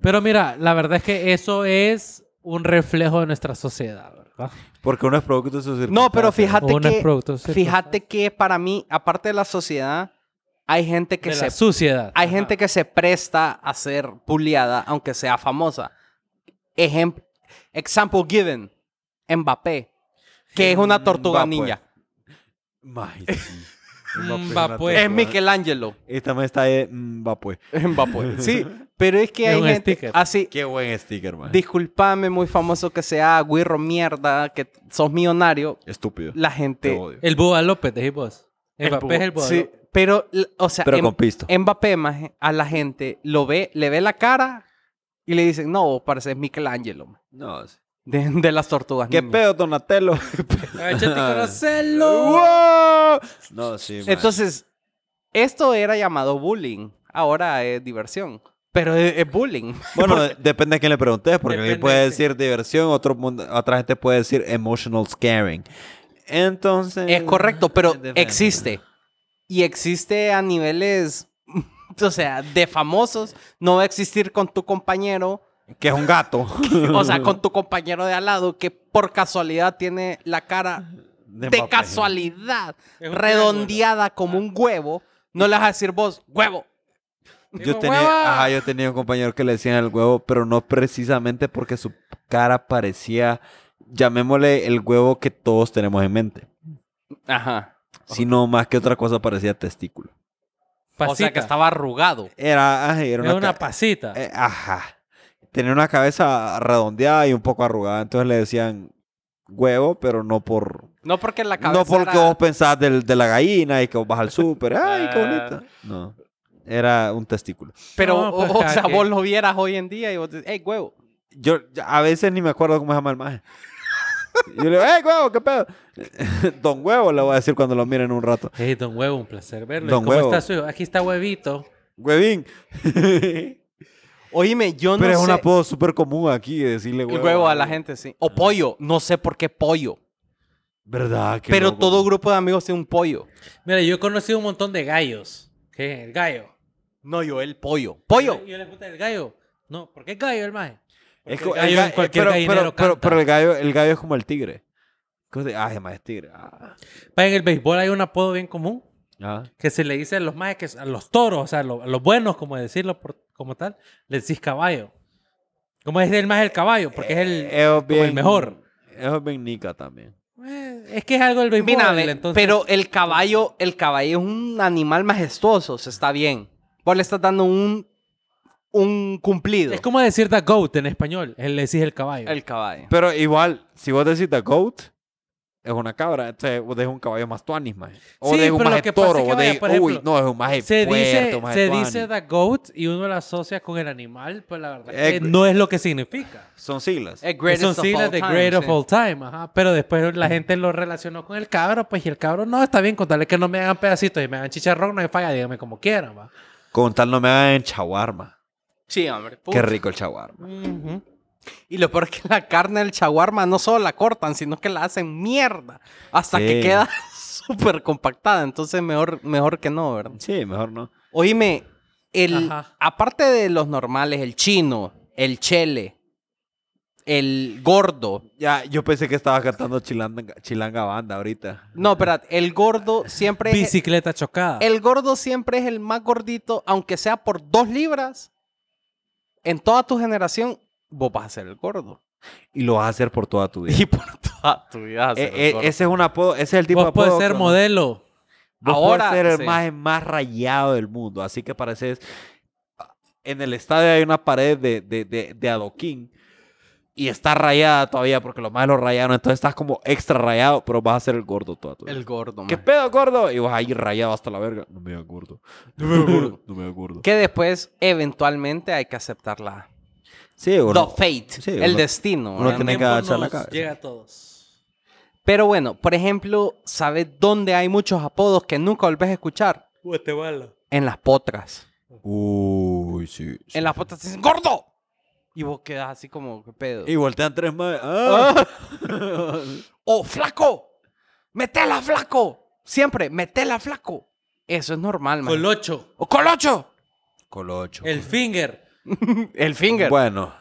Speaker 3: Pero mira, la verdad es que eso es un reflejo de nuestra sociedad, ¿verdad?
Speaker 2: porque uno es producto de sus
Speaker 1: No, pero
Speaker 2: circunstancias.
Speaker 1: fíjate
Speaker 3: Uno es
Speaker 1: que,
Speaker 3: producto de
Speaker 1: fíjate que para mí, aparte de la sociedad, hay gente que
Speaker 3: de
Speaker 1: se
Speaker 3: la suciedad.
Speaker 1: hay
Speaker 3: Ajá.
Speaker 1: gente que se presta a ser puliada, aunque sea famosa. Ejemplo, example given, Mbappé, que es una tortuga
Speaker 2: Mbappé.
Speaker 1: ninja.
Speaker 2: Maje, sí.
Speaker 3: Mm,
Speaker 2: es
Speaker 3: va,
Speaker 2: una
Speaker 3: pues.
Speaker 2: tortuga.
Speaker 1: Es Michelangelo.
Speaker 2: Y también está de. mm, va, pues.
Speaker 1: Mbappé. Sí, pero es que
Speaker 3: Es
Speaker 1: hay
Speaker 3: un
Speaker 1: gente
Speaker 3: sticker.
Speaker 1: así.
Speaker 2: Qué buen sticker, man.
Speaker 1: Disculpame, muy famoso que sea, güirro mierda, que sos millonario.
Speaker 2: Estúpido.
Speaker 1: La
Speaker 2: Te
Speaker 1: gente.
Speaker 2: odio.
Speaker 3: El Búho López, decís vos.
Speaker 1: El
Speaker 3: Mbappé es el Búho
Speaker 1: Sí,
Speaker 3: López.
Speaker 1: pero, l- o sea,
Speaker 2: Pero
Speaker 1: Em-
Speaker 2: con pisto.
Speaker 1: Mbappé maje, a la gente lo ve, le ve la cara y le dicen, no, vos pareces Michelangelo. maje,
Speaker 2: No, sí.
Speaker 1: De, de las tortugas.
Speaker 2: ¿Qué
Speaker 1: ninja".
Speaker 2: pedo, Donatello? ¿Qué pedo?
Speaker 3: Ay, chate, conocelo.
Speaker 2: ¡Wow! No, sí, man.
Speaker 1: Entonces, esto era llamado bullying. Ahora es diversión. Pero es, es bullying.
Speaker 2: Bueno, de- depende a quién le preguntes, porque alguien
Speaker 3: Depende,
Speaker 2: puede
Speaker 3: sí.
Speaker 2: decir diversión, otro mundo- otra gente puede decir emotional scaring. Entonces.
Speaker 1: Es correcto, pero
Speaker 2: depende.
Speaker 1: existe. Y existe a niveles, o sea, de famosos. No va a existir con tu compañero,
Speaker 2: Que es un gato.
Speaker 1: o sea, con tu compañero de al lado que por casualidad tiene la cara
Speaker 2: De
Speaker 1: de
Speaker 2: Mbappé.
Speaker 1: casualidad,
Speaker 3: Es un
Speaker 1: redondeada como un huevo, no le vas a decir vos, huevo.
Speaker 2: Yo
Speaker 3: Digo,
Speaker 2: tenía,
Speaker 3: "Hueva".
Speaker 2: ajá, yo tenía un compañero que le decían el huevo, pero no precisamente porque su cara parecía, llamémosle el huevo que todos tenemos en mente,
Speaker 1: Ajá.
Speaker 2: sino más que otra cosa parecía testículo.
Speaker 1: O sea, que
Speaker 3: Pasita.
Speaker 1: estaba arrugado.
Speaker 2: Era, ajá, era
Speaker 3: Es
Speaker 2: una,
Speaker 3: una,
Speaker 2: ca-
Speaker 3: pasita.
Speaker 2: eh, ajá. Tenía una cabeza redondeada y un poco arrugada, entonces le decían huevo, pero no por
Speaker 1: No porque la cabeza
Speaker 2: No porque
Speaker 1: era-
Speaker 2: vos pensás del- de la gallina y que vos vas al súper. ¡Ay, qué bonita! No. Era un testículo.
Speaker 1: Pero,
Speaker 3: No, pues,
Speaker 1: o, o
Speaker 3: cada
Speaker 1: sea,
Speaker 3: quien.
Speaker 1: vos lo vieras hoy en día y vos dices, hey, huevo.
Speaker 2: Yo ya- a veces ni me acuerdo cómo se llama el maje. Yo le digo, ¡Ey, huevo, qué pedo! Don Huevo le voy a decir cuando lo miren un rato.
Speaker 3: Hey, don Huevo, un placer verlo. ¿Y
Speaker 2: Don
Speaker 3: ¿Cómo
Speaker 2: Huevo.
Speaker 3: está su hijo? Aquí está Huevito.
Speaker 2: ¡Huevín!
Speaker 1: Oíme, yo no
Speaker 2: Pero es
Speaker 1: sé.
Speaker 2: un apodo súper común aquí decirle
Speaker 1: El
Speaker 2: huevo.
Speaker 1: huevo, a la gente, sí. O pollo. No sé por qué pollo.
Speaker 2: ¿Verdad? Qué
Speaker 1: pero
Speaker 2: loco.
Speaker 1: todo grupo de amigos tiene un pollo.
Speaker 3: Mira, yo he conocido un montón de gallos. ¿Qué? El gallo.
Speaker 1: No, yo el pollo. ¡Pollo!
Speaker 3: Yo, le gusta el gallo. No, ¿por qué el gallo, el maje?
Speaker 2: Es
Speaker 3: Porque
Speaker 2: co-
Speaker 3: el gallo
Speaker 2: el ga-
Speaker 3: en cualquier
Speaker 2: pero,
Speaker 3: gallinero
Speaker 2: pero, pero-
Speaker 3: canta.
Speaker 2: pero el, gallo, el gallo es como el tigre. Cosa de, ¡Ay, además es tigre! Ah.
Speaker 3: Pa, En el béisbol hay un apodo bien común
Speaker 2: Ah.
Speaker 3: que se le dice a los majes, que es- a los toros, o sea, a lo- a los buenos, como decirlo por- como tal, le decís caballo. ¿Cómo es el más el caballo? Porque es el,
Speaker 2: Eh, es
Speaker 3: como el
Speaker 2: bien-
Speaker 3: mejor.
Speaker 2: Es bien nica también.
Speaker 3: Eh, Es que es algo del béisbol,
Speaker 1: Mira, ve,
Speaker 3: entonces-
Speaker 1: pero el caballo, el caballo es un animal majestuoso. Se está bien. Vos le estás dando un, un cumplido.
Speaker 3: Es como decir the goat en español, él le decís el caballo.
Speaker 1: el caballo.
Speaker 2: Pero igual, si vos decís the goat, es una cabra, entonces vos decís un caballo más tuanis, maje. O
Speaker 3: Sí,
Speaker 2: de un
Speaker 3: pero lo
Speaker 2: maje
Speaker 3: que pasa
Speaker 2: toro,
Speaker 3: es que,
Speaker 2: vos
Speaker 3: vaya,
Speaker 2: decís,
Speaker 3: por ejemplo,
Speaker 2: uy, no, es un maje
Speaker 3: se
Speaker 2: fuerte,
Speaker 3: dice,
Speaker 2: un maje
Speaker 3: se
Speaker 2: tuani".
Speaker 3: dice the goat y uno lo asocia con el animal, pues la verdad
Speaker 2: Eh,
Speaker 3: que no es lo que significa.
Speaker 2: Son siglas.
Speaker 1: El greatest
Speaker 3: Son
Speaker 1: of
Speaker 3: siglas
Speaker 1: all
Speaker 3: de
Speaker 1: time,
Speaker 3: Great of
Speaker 1: sí.
Speaker 3: All Time, ajá. Pero después la gente lo relacionó con el cabro, pues y el cabro no, está bien, contarle que no me hagan pedacitos y me hagan chicharrón, no me falla, dígame como quieran, va.
Speaker 2: Con tal no me hagan chaguarma.
Speaker 1: Sí, hombre. Puta.
Speaker 2: Qué rico el chaguarma.
Speaker 3: Ujú.
Speaker 1: Y lo peor es que la carne del chaguarma no solo la cortan, sino que la hacen mierda. Hasta que
Speaker 2: Sí.
Speaker 1: queda súper compactada. Entonces, mejor, mejor que no, ¿verdad?
Speaker 2: Sí, mejor no.
Speaker 1: Oíme, el,
Speaker 3: Ajá.
Speaker 1: aparte de los normales, el chino, el chele, el gordo.
Speaker 2: Ya, yo pensé que estaba cantando chilanga, chilanga banda ahorita.
Speaker 1: No, espérate, el gordo siempre es,
Speaker 3: Bicicleta chocada.
Speaker 1: el gordo siempre es el más gordito, aunque sea por dos libras. en toda tu generación, vos vas a ser el gordo.
Speaker 2: Y lo vas a hacer por toda tu vida.
Speaker 1: Y por toda tu vida vas a ser
Speaker 2: Eh, eh,
Speaker 1: el gordo.
Speaker 2: ese es un apodo, ese es el tipo de
Speaker 3: Vos
Speaker 2: apodo.
Speaker 3: puedes ser
Speaker 2: que-
Speaker 3: modelo.
Speaker 2: Vos
Speaker 1: Ahora,
Speaker 2: podés ser el
Speaker 1: sí.
Speaker 2: maje más rayado del mundo. Así que pareces. En el estadio hay una pared de, de, de, de adoquín. Y está rayada todavía porque los majes lo rayaron. Entonces estás como extra rayado, pero vas a ser el gordo toda tu vida.
Speaker 1: eh, El gordo,
Speaker 2: ¿Qué
Speaker 1: maje.
Speaker 2: pedo, gordo? Y vas ahí rayado hasta la verga. No me veo gordo. No me veo gordo. No me veo gordo.
Speaker 1: Que después, eventualmente, hay que aceptar la...
Speaker 2: Sí,
Speaker 1: The
Speaker 2: gordo.
Speaker 1: fate,
Speaker 2: Sí,
Speaker 1: el
Speaker 2: uno-
Speaker 1: destino.
Speaker 2: uno
Speaker 1: ¿verdad?
Speaker 2: tiene que
Speaker 3: Tiempo
Speaker 2: agachar la
Speaker 3: nos
Speaker 2: cabeza.
Speaker 3: Llega a todos.
Speaker 1: Pero bueno, por ejemplo, ¿sabes dónde hay muchos apodos que nunca volvés a escuchar?
Speaker 3: Guatemala.
Speaker 1: En las potras.
Speaker 2: Uy, sí. sí.
Speaker 1: En las potras te dicen ¡Gordo! Y vos quedas así como, ¿qué pedo?
Speaker 2: Y voltean tres más. ¡Ah!
Speaker 1: ¡Oh, flaco! ¡Metela, flaco! Siempre, metela, flaco. Eso es normal, man.
Speaker 3: Colocho.
Speaker 1: ¡Oh, ¡Colocho!
Speaker 2: Colocho.
Speaker 3: El finger.
Speaker 1: El finger.
Speaker 2: Bueno,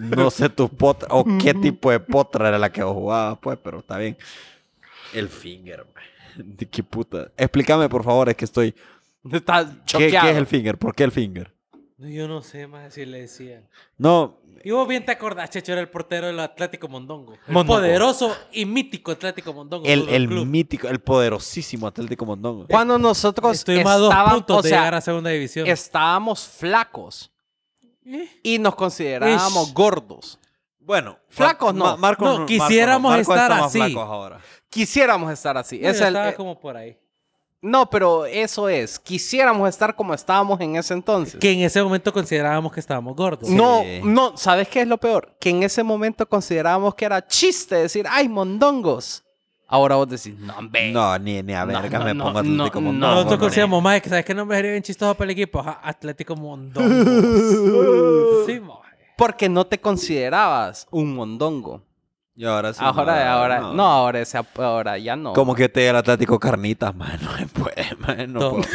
Speaker 2: no sé tu potra o qué tipo de potra era la que vos jugabas, pues, pero está bien. El finger, man. ¿De qué puta? Explícame, por favor, es que estoy.
Speaker 1: Estás
Speaker 2: ¿Qué,
Speaker 1: choqueado.
Speaker 2: qué es el finger? ¿Por qué el finger?
Speaker 3: No, Yo no sé más si le decían.
Speaker 2: No,
Speaker 3: Y vos bien te acordás, Checho era el portero del Atlético Mondongo. El
Speaker 2: Mondongo.
Speaker 3: poderoso y mítico Atlético Mondongo.
Speaker 2: el,
Speaker 3: Fútbol
Speaker 2: el
Speaker 3: Club.
Speaker 2: mítico, el poderosísimo Atlético Mondongo.
Speaker 1: Cuando nosotros
Speaker 3: Estuvimos a dos
Speaker 1: estábamos,
Speaker 3: puntos
Speaker 1: o
Speaker 3: de
Speaker 1: sea,
Speaker 3: llegar a segunda división.
Speaker 1: estábamos flacos
Speaker 3: Eh,
Speaker 1: y nos considerábamos
Speaker 3: Ish.
Speaker 1: gordos.
Speaker 2: Bueno,
Speaker 1: Flacos no.
Speaker 2: Marco,
Speaker 3: No, quisiéramos
Speaker 2: Marco está
Speaker 3: estar
Speaker 2: más
Speaker 3: así.
Speaker 2: flacos ahora.
Speaker 1: Quisiéramos estar así.
Speaker 3: yo
Speaker 1: Es el-
Speaker 3: estaba
Speaker 1: eh,
Speaker 3: como por ahí.
Speaker 1: No, pero eso es. Quisiéramos estar como estábamos en ese entonces.
Speaker 3: Que en ese momento considerábamos que estábamos gordos.
Speaker 1: No,
Speaker 2: Sí.
Speaker 1: no, ¿sabes qué es lo peor? Que en ese momento considerábamos que era chiste decir, ¡ay, mondongos! Ahora vos decís, no, hombre.
Speaker 2: No, ni, ni a
Speaker 1: No,
Speaker 2: verga
Speaker 1: no,
Speaker 2: me
Speaker 1: no,
Speaker 2: pongo
Speaker 1: no,
Speaker 2: Atlético
Speaker 1: no,
Speaker 2: Mondongo.
Speaker 3: Nosotros
Speaker 2: no, no.
Speaker 3: consideramos más que sabes que no me sería bien chistoso para el equipo. Ajá, Atlético Mondongo. sí, maje.
Speaker 1: Porque no te considerabas un mondongo.
Speaker 2: Y ahora sí.
Speaker 1: ahora,
Speaker 2: no,
Speaker 1: ahora, no, ahora, ese ap- ahora ya no.
Speaker 2: Como que te el Atlético Carnitas, man. No me puede, man. No
Speaker 3: Todo.
Speaker 2: puedo.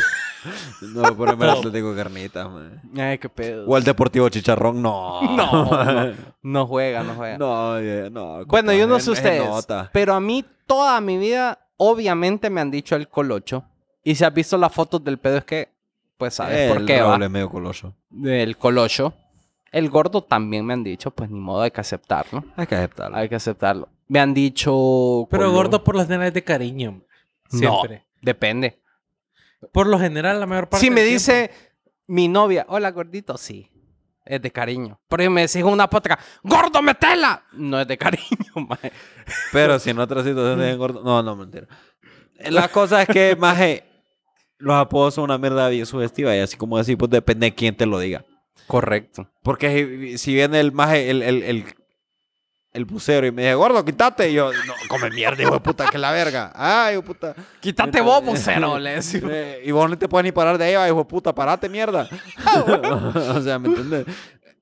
Speaker 2: No puedo ponerme el
Speaker 3: Todo.
Speaker 2: Atlético Carnitas, man.
Speaker 1: Ay, qué pedo.
Speaker 2: O el Deportivo Chicharrón, no.
Speaker 1: No, no, no juega, no juega.
Speaker 2: No, eh, no.
Speaker 1: bueno,
Speaker 2: compa,
Speaker 1: yo no
Speaker 2: eh,
Speaker 1: sé
Speaker 2: eh,
Speaker 1: ustedes,
Speaker 2: nota.
Speaker 1: pero a mí toda mi vida, obviamente me han dicho el colocho. Y si has visto las fotos del pedo, es que, pues sabes
Speaker 2: Eh,
Speaker 1: por
Speaker 2: el
Speaker 1: qué va.
Speaker 2: roble medio coloso.
Speaker 1: del colocho. El gordo también me han dicho, pues ni modo, hay que aceptarlo.
Speaker 2: Hay que aceptarlo.
Speaker 1: Hay que aceptarlo. Me han dicho.
Speaker 3: Pero
Speaker 1: colo-
Speaker 3: gordo por las señales de cariño. maje. Siempre.
Speaker 1: No, depende.
Speaker 3: Por lo general, la mayor parte
Speaker 1: Si me
Speaker 3: del tiempo.
Speaker 1: dice mi novia, hola gordito, sí. Es de cariño. Pero si me decís una potra, ¡gordo, metela! No es de cariño, mae.
Speaker 2: Pero si en otra situación te engordo. No, no, mentira. La cosa es que, maje, los apodos son una mierda bien sugestiva. Y así como decir, pues depende de quién te lo diga.
Speaker 1: Correcto.
Speaker 2: Porque si- si viene el maje, el, el, el, el bucero y me dice, gordo, quítate. Y yo, no, come mierda, hijo de puta, que la verga. Ay, hijo de puta.
Speaker 1: Quítate vos, vocero, le decimos.
Speaker 2: Eh, y vos no te puedes ni parar de ahí, va, hijo de puta, parate, mierda.
Speaker 1: Ah,
Speaker 2: o sea, ¿me entiendes?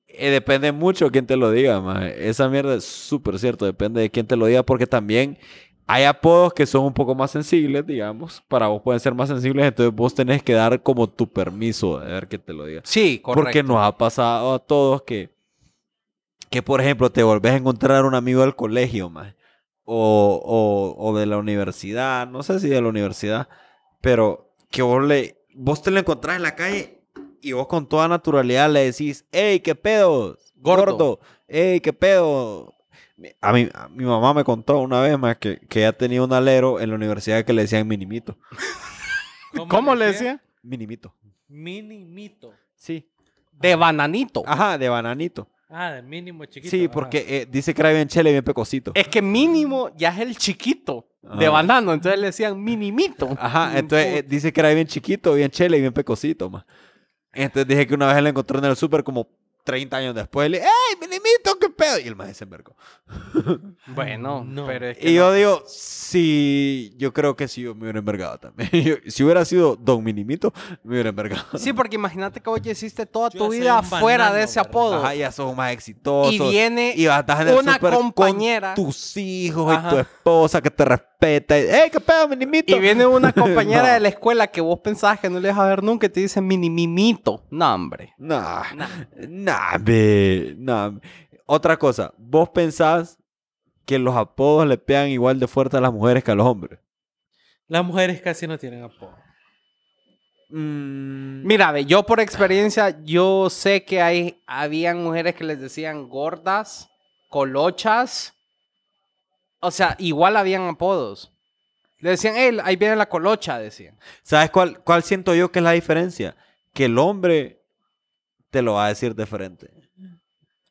Speaker 2: Eh, depende mucho de quién te lo diga, maje. Esa mierda es súper cierto, depende de quién te lo diga, porque también hay apodos que son un poco más sensibles, digamos. Para vos pueden ser más sensibles, entonces vos tenés que dar como tu permiso de ver que te lo diga.
Speaker 1: Sí, correcto.
Speaker 2: Porque nos ha pasado a todos que, que por ejemplo, te volvés a encontrar un amigo del colegio, más o, o, o de la universidad, no sé si de la universidad, pero que vos, le, vos te lo encontrás en la calle y vos con toda naturalidad le decís, hey, qué pedo,
Speaker 1: Gordo.
Speaker 2: gordo, hey, qué pedo. Mi- A mi, a mi mamá me contó una vez más que, que ella tenía un alero en la universidad que le decían minimito.
Speaker 1: ¿Cómo le decía?
Speaker 2: Minimito.
Speaker 3: Minimito.
Speaker 2: Sí.
Speaker 1: De bananito.
Speaker 2: Ajá, de bananito.
Speaker 3: Ah, de mínimo chiquito.
Speaker 2: Sí,
Speaker 3: ajá.
Speaker 2: porque eh, dice que era bien chele, bien pecosito.
Speaker 1: Es que mínimo ya es el chiquito de
Speaker 2: Ah.
Speaker 1: banano. Entonces le decían minimito. Mm,
Speaker 2: Ajá, entonces eh, dice que era bien chiquito, bien chele y bien pecosito, más. Entonces dije que una vez la encontró en el súper como 30 años después. Le dije, ¡Ey, minimito, qué pedo! Y el maestro se envergó.
Speaker 1: Bueno,
Speaker 3: No.
Speaker 1: pero es que
Speaker 2: eh, Y
Speaker 1: no.
Speaker 2: yo digo, sí, yo creo que sí, yo me hubiera envergado también. Yo- si hubiera sido don minimito, me hubiera envergado.
Speaker 1: Sí, porque imagínate que vos ya hiciste toda
Speaker 3: Yo
Speaker 1: tu
Speaker 3: soy
Speaker 1: vida
Speaker 3: un banano,
Speaker 1: fuera de ese
Speaker 3: ¿verdad?
Speaker 1: apodo.
Speaker 2: Ajá, ya sos más exitoso.
Speaker 1: Y viene
Speaker 2: y vas a estar en el
Speaker 1: una
Speaker 2: súper con
Speaker 1: compañera.
Speaker 2: tus hijos
Speaker 1: Ajá.
Speaker 2: y tu esposa que te respeta. Y, ¡Ey, qué pedo, minimito!
Speaker 1: Y viene una compañera
Speaker 2: No.
Speaker 1: de la escuela que vos pensabas que no le ibas a ver nunca y te dice minimimito. No, hombre.
Speaker 2: Nah, nah, be, nah. Otra cosa, ¿vos pensás que los apodos le pegan igual de fuerte a las mujeres que a los hombres?
Speaker 3: Las mujeres casi no tienen apodo.
Speaker 2: Mm,
Speaker 1: Mira, ve, yo por experiencia, yo sé que hay, habían mujeres que les decían gordas, colochas. O sea, igual habían apodos. Le decían, hey, ahí viene la colocha, decían.
Speaker 2: ¿Sabes cuál, cuál siento yo que es la diferencia? Que el hombre te lo va a decir de frente. Y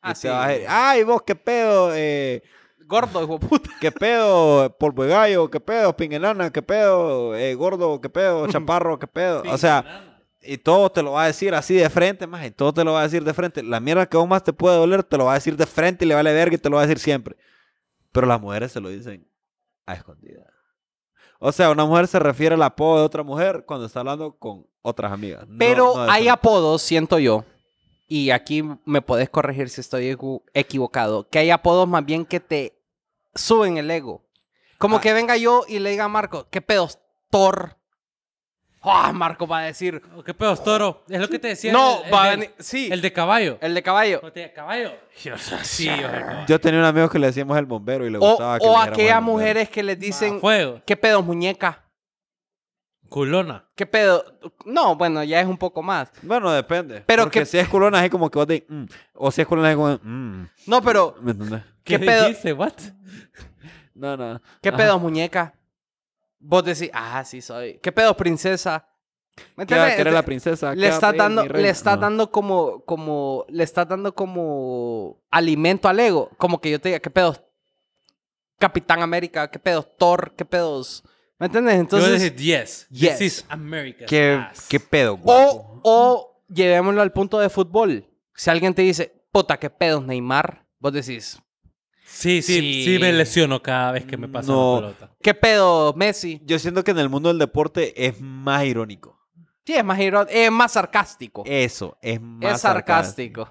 Speaker 2: te
Speaker 1: Así.
Speaker 2: va a decir, Ay, vos, qué pedo, eh,
Speaker 1: Gordo, hijo de puta.
Speaker 2: qué pedo, polvo de gallo, qué pedo, pinguenana, qué pedo, eh, gordo, qué pedo, chaparro, qué pedo. O sea, y todo te lo va a decir así de frente, más, y todo te lo va a decir de frente. La mierda que vos más te puede doler, te lo va a decir de frente y le vale verga y te lo va a decir siempre. Pero las mujeres se lo dicen a escondidas. O sea, una mujer se refiere al apodo de otra mujer cuando está hablando con otras amigas. No-
Speaker 1: Pero
Speaker 2: no de
Speaker 1: hay
Speaker 2: frente.
Speaker 1: apodos, siento yo. Y aquí me podés corregir si estoy equ- equivocado. Que hay apodos más bien que te suben el ego. Como
Speaker 2: Ah.
Speaker 1: que venga yo y le diga a Marco, ¿qué pedos? Thor. Ah, Marco va a decir.
Speaker 3: Oh, ¿Qué pedos, toro? Es lo que te decía.
Speaker 1: no,
Speaker 3: el, el
Speaker 1: va a
Speaker 3: del-
Speaker 1: venir. Sí.
Speaker 3: el de caballo.
Speaker 1: El Ah, de caballo.
Speaker 3: Como te decía, ¿Caballo? Sí, yo soy caballo.
Speaker 2: Yo tenía un amigo que le decíamos el bombero y le
Speaker 1: O,
Speaker 2: Ah, gustaba
Speaker 1: o
Speaker 2: que le dijéramos el
Speaker 1: aquellas
Speaker 2: bombero.
Speaker 1: mujeres que les dicen,
Speaker 3: Ah, Fuego.
Speaker 1: ¿qué pedo, muñeca?
Speaker 3: Culona.
Speaker 1: ¿Qué pedo? No, bueno, ya es un poco más.
Speaker 2: Bueno, depende.
Speaker 1: Pero
Speaker 2: Porque
Speaker 1: que-
Speaker 2: si es culona, es como que vos te... mm. O si es culona, es como... mm.
Speaker 1: No, pero,
Speaker 2: ¿Me entendés?
Speaker 1: ¿qué
Speaker 3: ¿Qué
Speaker 1: pedo?
Speaker 3: dijiste? ¿What?
Speaker 2: No, no.
Speaker 1: ¿Qué
Speaker 2: Ajá.
Speaker 1: pedo, muñeca? Vos decís, ah, sí soy. ¿Qué pedo, princesa? ¿Me
Speaker 2: ¿Qué va a
Speaker 1: entiendes?
Speaker 2: querer la princesa?
Speaker 1: este, le está
Speaker 2: estás
Speaker 1: dando, le está dando como, como, le está dando como alimento al ego. Como que yo te diga, ¿qué pedos? Capitán América, ¿qué pedos? Thor, ¿qué pedos? ¿Me entiendes?
Speaker 3: Entonces,
Speaker 1: Entonces,
Speaker 3: yes.
Speaker 1: Yes.
Speaker 3: This is America.
Speaker 2: ¿Qué, qué pedo, guapo?
Speaker 1: O, o llevémoslo al punto de fútbol. Si alguien te dice, puta, qué pedos, Neymar, vos decís,
Speaker 3: Sí, sí,
Speaker 1: Sí.
Speaker 3: sí, me lesiono cada vez que me pasa
Speaker 2: No.
Speaker 3: la pelota.
Speaker 1: qué pedo, Messi.
Speaker 2: Yo siento que en el mundo del deporte es más irónico.
Speaker 1: Sí, es más, iro- es más sarcástico.
Speaker 2: Eso, es más
Speaker 1: es sarcástico.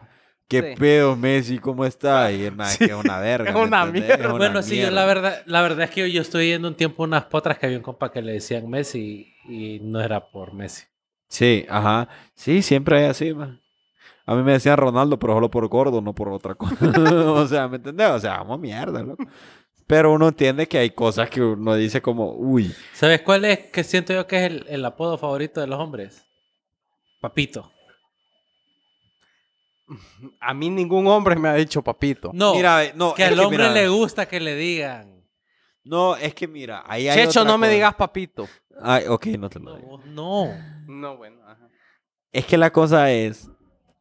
Speaker 2: ¿Qué
Speaker 1: sí.
Speaker 2: pedo, Messi? ¿Cómo está? Y el más
Speaker 1: Sí.
Speaker 2: que es una verga.
Speaker 1: Es
Speaker 2: ¿me
Speaker 1: una
Speaker 2: entendés?
Speaker 1: mierda.
Speaker 2: Es una
Speaker 3: Bueno, sí, yo
Speaker 2: mierda.
Speaker 3: la verdad, la verdad es que yo estoy yendo un tiempo a unas potras que había un compa que le decían Messi y no era por Messi.
Speaker 2: Sí, ajá. Sí, siempre es así, man. A mí me decían Ronaldo, pero solo por gordo, no por otra cosa. o sea, ¿me entendés? O sea, vamos a mierda, loco. Pero uno entiende que hay cosas que uno dice como, uy,
Speaker 3: ¿Sabes cuál es que siento yo que es el, el apodo favorito de los hombres? Papito.
Speaker 1: A mí ningún hombre me ha dicho papito.
Speaker 3: No,
Speaker 2: Mira, ve, no,
Speaker 3: que
Speaker 2: es
Speaker 3: al
Speaker 2: que
Speaker 3: hombre
Speaker 2: mira,
Speaker 3: le gusta que le digan.
Speaker 2: No, es que mira, ahí hay
Speaker 1: Checho,
Speaker 2: otra
Speaker 1: no me
Speaker 2: cosa.
Speaker 1: digas papito.
Speaker 2: Ay, ok, no te lo digo.
Speaker 3: No, no.
Speaker 1: No, bueno, ajá.
Speaker 2: Es que la cosa es,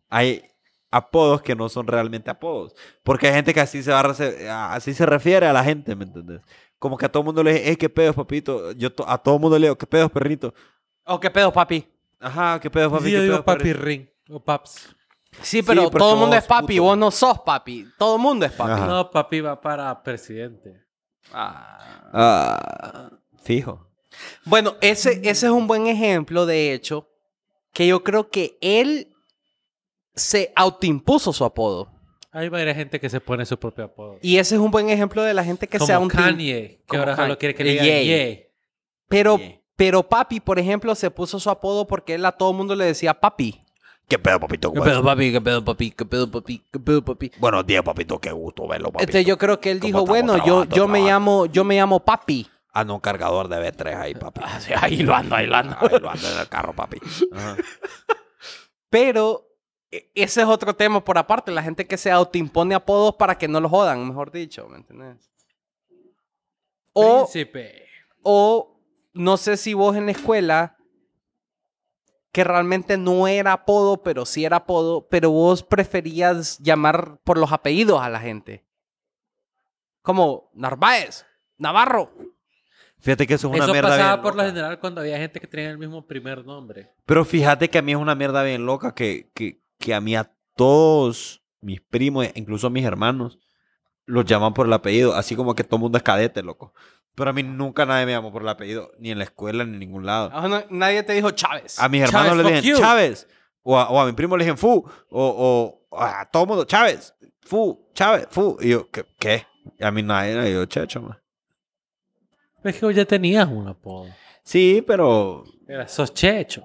Speaker 2: hay apodos que no son realmente apodos. Porque hay gente que así se, va a rece- a- así se refiere a la gente, ¿me entendés? Como que a todo mundo le dice, hey, qué pedos, papito. Yo to- a todo mundo le digo, qué pedos, perrito.
Speaker 1: ¿O Oh, qué pedo, papi?
Speaker 2: Ajá, qué pedos, papi.
Speaker 3: Sí,
Speaker 2: qué
Speaker 3: yo digo
Speaker 2: pedos,
Speaker 3: papi
Speaker 2: perrito".
Speaker 3: ring o paps.
Speaker 1: Sí, pero
Speaker 2: porque
Speaker 1: todo el mundo
Speaker 2: vos,
Speaker 1: es papi,
Speaker 2: puto.
Speaker 1: vos no sos papi. Todo el mundo es papi.
Speaker 2: Ajá.
Speaker 3: No, papi va para presidente.
Speaker 1: Ah.
Speaker 2: Ah, fijo.
Speaker 1: Bueno, ese, ese es un buen ejemplo, de hecho, que yo creo que él se autoimpuso su apodo.
Speaker 3: Hay varias gente que se pone su propio apodo.
Speaker 1: Y ese es un buen ejemplo de la gente que
Speaker 3: como
Speaker 1: sea un tim-
Speaker 3: Kanye, que
Speaker 1: como
Speaker 3: ahora
Speaker 1: Kanye.
Speaker 3: solo quiere que le digan
Speaker 1: Ye.
Speaker 3: ye.
Speaker 1: Pero,
Speaker 2: Yeah.
Speaker 1: pero papi, por ejemplo, se puso su apodo porque él a todo mundo le decía papi.
Speaker 2: Qué pedo, papito.
Speaker 1: ¿Qué pedo, papi? ¿Qué pedo, papi? ¿Qué pedo, papi? ¿Qué pedo, papi?
Speaker 2: Buenos días, papito. Qué gusto verlo,
Speaker 1: Entonces Este, yo creo que él
Speaker 2: ¿Cómo
Speaker 1: dijo,
Speaker 2: estamos
Speaker 1: bueno, yo,
Speaker 2: trabajando,
Speaker 1: yo me llamo, yo me llamo papi.
Speaker 2: Ah, no, un cargador de B3 ahí, papi.
Speaker 1: Ah, ahí lo ando, ahí lo ando.
Speaker 2: Ahí lo ando en el carro, papi. Ajá.
Speaker 1: Pero e- ese es otro tema por aparte, la gente que se autoimpone apodos para que no lo jodan, mejor dicho, ¿me entendés? O,
Speaker 3: Príncipe.
Speaker 1: o no sé si vos en la escuela, que realmente no era apodo, pero sí era apodo, pero vos preferías llamar por los apellidos a la gente. Como Narváez, Navarro.
Speaker 2: Fíjate que eso es una
Speaker 3: Eso
Speaker 2: mierda
Speaker 3: pasaba
Speaker 2: bien
Speaker 3: por lo
Speaker 2: loca.
Speaker 3: general cuando había gente que tenía el mismo primer nombre.
Speaker 2: Pero fíjate que a mí es una mierda bien loca que, que, que a mí a todos mis primos, incluso a mis hermanos, los llaman por el apellido, así como que todo mundo es cadete, loco. Pero a mí nunca nadie me llamó por el apellido, ni en la escuela, ni en ningún lado.
Speaker 1: Ah, no, nadie te dijo Chávez.
Speaker 2: A mis
Speaker 3: Chávez,
Speaker 2: hermanos le
Speaker 3: fuck
Speaker 2: dicen
Speaker 3: you.
Speaker 2: Chávez. O a, o a mi primo le dicen Fu. O, o a todo mundo, Chávez. Fu, Chávez, Fu. Y yo, ¿qué? qué? Y a mí nadie le dio checho, más.
Speaker 3: Es que vos ya tenías un apodo.
Speaker 2: Sí, pero.
Speaker 3: Era, sos Checho.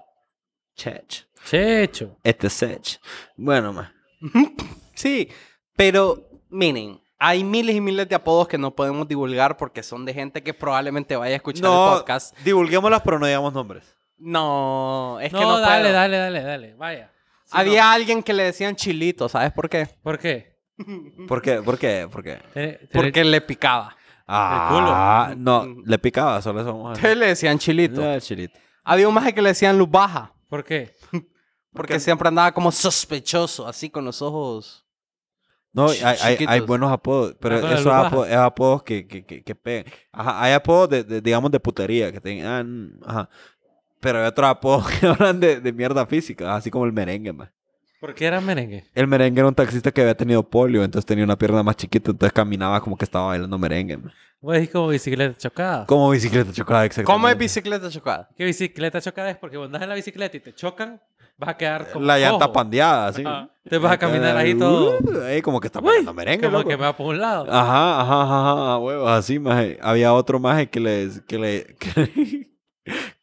Speaker 2: Chech.
Speaker 3: Checho.
Speaker 2: Este sech. Bueno, más.
Speaker 1: Sí, pero miren, hay miles y miles de apodos que no podemos divulgar porque son de gente que probablemente vaya a escuchar el podcast.
Speaker 2: divulguémoslas, pero no digamos nombres.
Speaker 1: No, es
Speaker 3: no,
Speaker 1: que no
Speaker 3: dale,
Speaker 1: puedo.
Speaker 3: dale, dale, dale. Vaya. Sí,
Speaker 1: Había
Speaker 3: no.
Speaker 1: alguien que le decían chilito, ¿sabes por qué?
Speaker 3: ¿Por qué?
Speaker 2: Mm. ¿Por qué? ¿Por qué? ¿Por qué?
Speaker 3: Tené- tené-
Speaker 1: Porque le picaba.
Speaker 2: Ah,
Speaker 1: culo.
Speaker 2: no,
Speaker 1: Mm.
Speaker 2: le picaba, solo eso vamos a
Speaker 1: Entonces le decían chilito.
Speaker 2: No, el chilito.
Speaker 1: Había un maje que le decían luz baja.
Speaker 3: ¿Por qué?
Speaker 1: Porque siempre andaba como sospechoso, así con los ojos.
Speaker 2: No, hay,
Speaker 1: Ch-
Speaker 2: hay- hay
Speaker 1: chiquitos.
Speaker 2: buenos apodos, pero
Speaker 3: Ah, con la
Speaker 2: esos
Speaker 3: luz baja.
Speaker 2: apodos, esos apodos que, que, que, que pegan. Ajá, hay apodos, de, de- digamos, de putería, que tengan, ah, mm, ajá. Pero hay otros apodos que hablan de, de mierda física, así como el merengue, man.
Speaker 3: ¿Por qué era merengue?
Speaker 2: El merengue era un taxista que había tenido polio, entonces tenía una pierna más chiquita, entonces caminaba como que estaba bailando merengue, man.
Speaker 3: Voy a decir como bicicleta chocada.
Speaker 2: Como bicicleta chocada, exactamente.
Speaker 1: ¿Cómo es bicicleta chocada?
Speaker 3: ¿Qué bicicleta chocada es? Porque vos andás en la bicicleta y te chocan, vas a quedar como
Speaker 2: La llanta
Speaker 3: cojo.
Speaker 2: pandeada, así.
Speaker 3: Ajá. Te vas a caminar ahí todo.
Speaker 2: Uh, ahí como que está
Speaker 3: Uy,
Speaker 2: bailando merengue,
Speaker 3: como
Speaker 2: loco.
Speaker 3: que me va por un lado.
Speaker 2: Ajá, ajá, ajá, ajá, huevos, así, maje. Había otro maje que le, que le, que,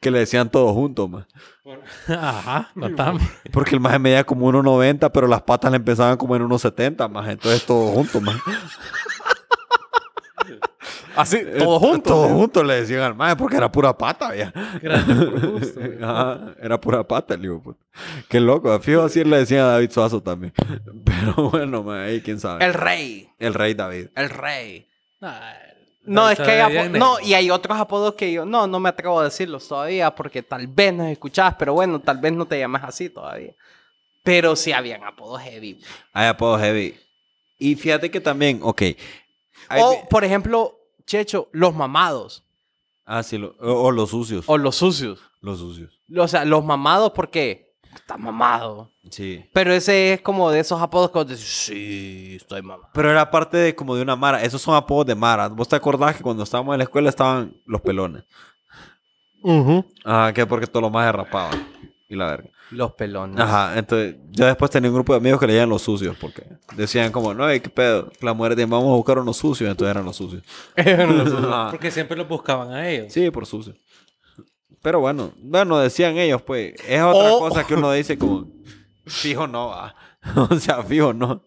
Speaker 2: que le decían todos juntos, maje.
Speaker 3: Por- Ajá, contame.
Speaker 2: Porque el maje medía como 1.90, pero las patas le empezaban como en 1.70, maje. Entonces todos juntos, maje.
Speaker 1: Así,
Speaker 2: Eh,
Speaker 1: todos juntos.
Speaker 2: Todos juntos le decían al maje porque era pura pata, vieja.
Speaker 3: Grande por gusto. güey.
Speaker 2: Ajá, era pura pata el hijo de puta. Qué loco, fijo así le decían a David Suazo también. Pero bueno, maje, ahí quién sabe. El,
Speaker 1: El rey.
Speaker 2: rey David.
Speaker 1: El rey.
Speaker 3: Nah,
Speaker 1: No, es
Speaker 3: eso
Speaker 1: que hay
Speaker 3: deberían
Speaker 1: apo-
Speaker 2: eh.
Speaker 3: de-
Speaker 1: No, y hay otros apodos que yo. No, no me atrevo a decirlos todavía porque tal vez nos escuchabas, pero bueno, tal vez no te llamas así todavía. Pero sí habían apodos heavy.
Speaker 2: Hay apodos heavy. Y fíjate que también, ok. Hay-
Speaker 1: O, por ejemplo, Checho, los mamados
Speaker 2: Ah, sí, lo- o, o los sucios.
Speaker 1: o los sucios.
Speaker 2: Los sucios.
Speaker 1: O sea, los mamados porque está mamado.
Speaker 2: Sí.
Speaker 1: Pero ese es como de esos apodos que vos decís, sí, estoy mamado.
Speaker 2: Pero era parte de como de una mara. Esos son apodos de mara. ¿Vos te acordás que cuando estábamos en la escuela estaban los pelones? Ajá, Ah, que porque todos los más derrapaban. Y la verga.
Speaker 1: Los pelones.
Speaker 2: Ajá, entonces yo después tenía un grupo de amigos que le llaman los sucios porque decían como, no, ey, qué pedo. Las mujeres decían, vamos a buscar unos sucios. Entonces eran los sucios. Ajá.
Speaker 3: Porque siempre los buscaban a ellos.
Speaker 2: Ah. Sí, por sucios. Pero bueno, bueno, decían ellos, pues. Es otra
Speaker 1: O-
Speaker 2: cosa que uno dice como, fijo no va. o sea, fijo no.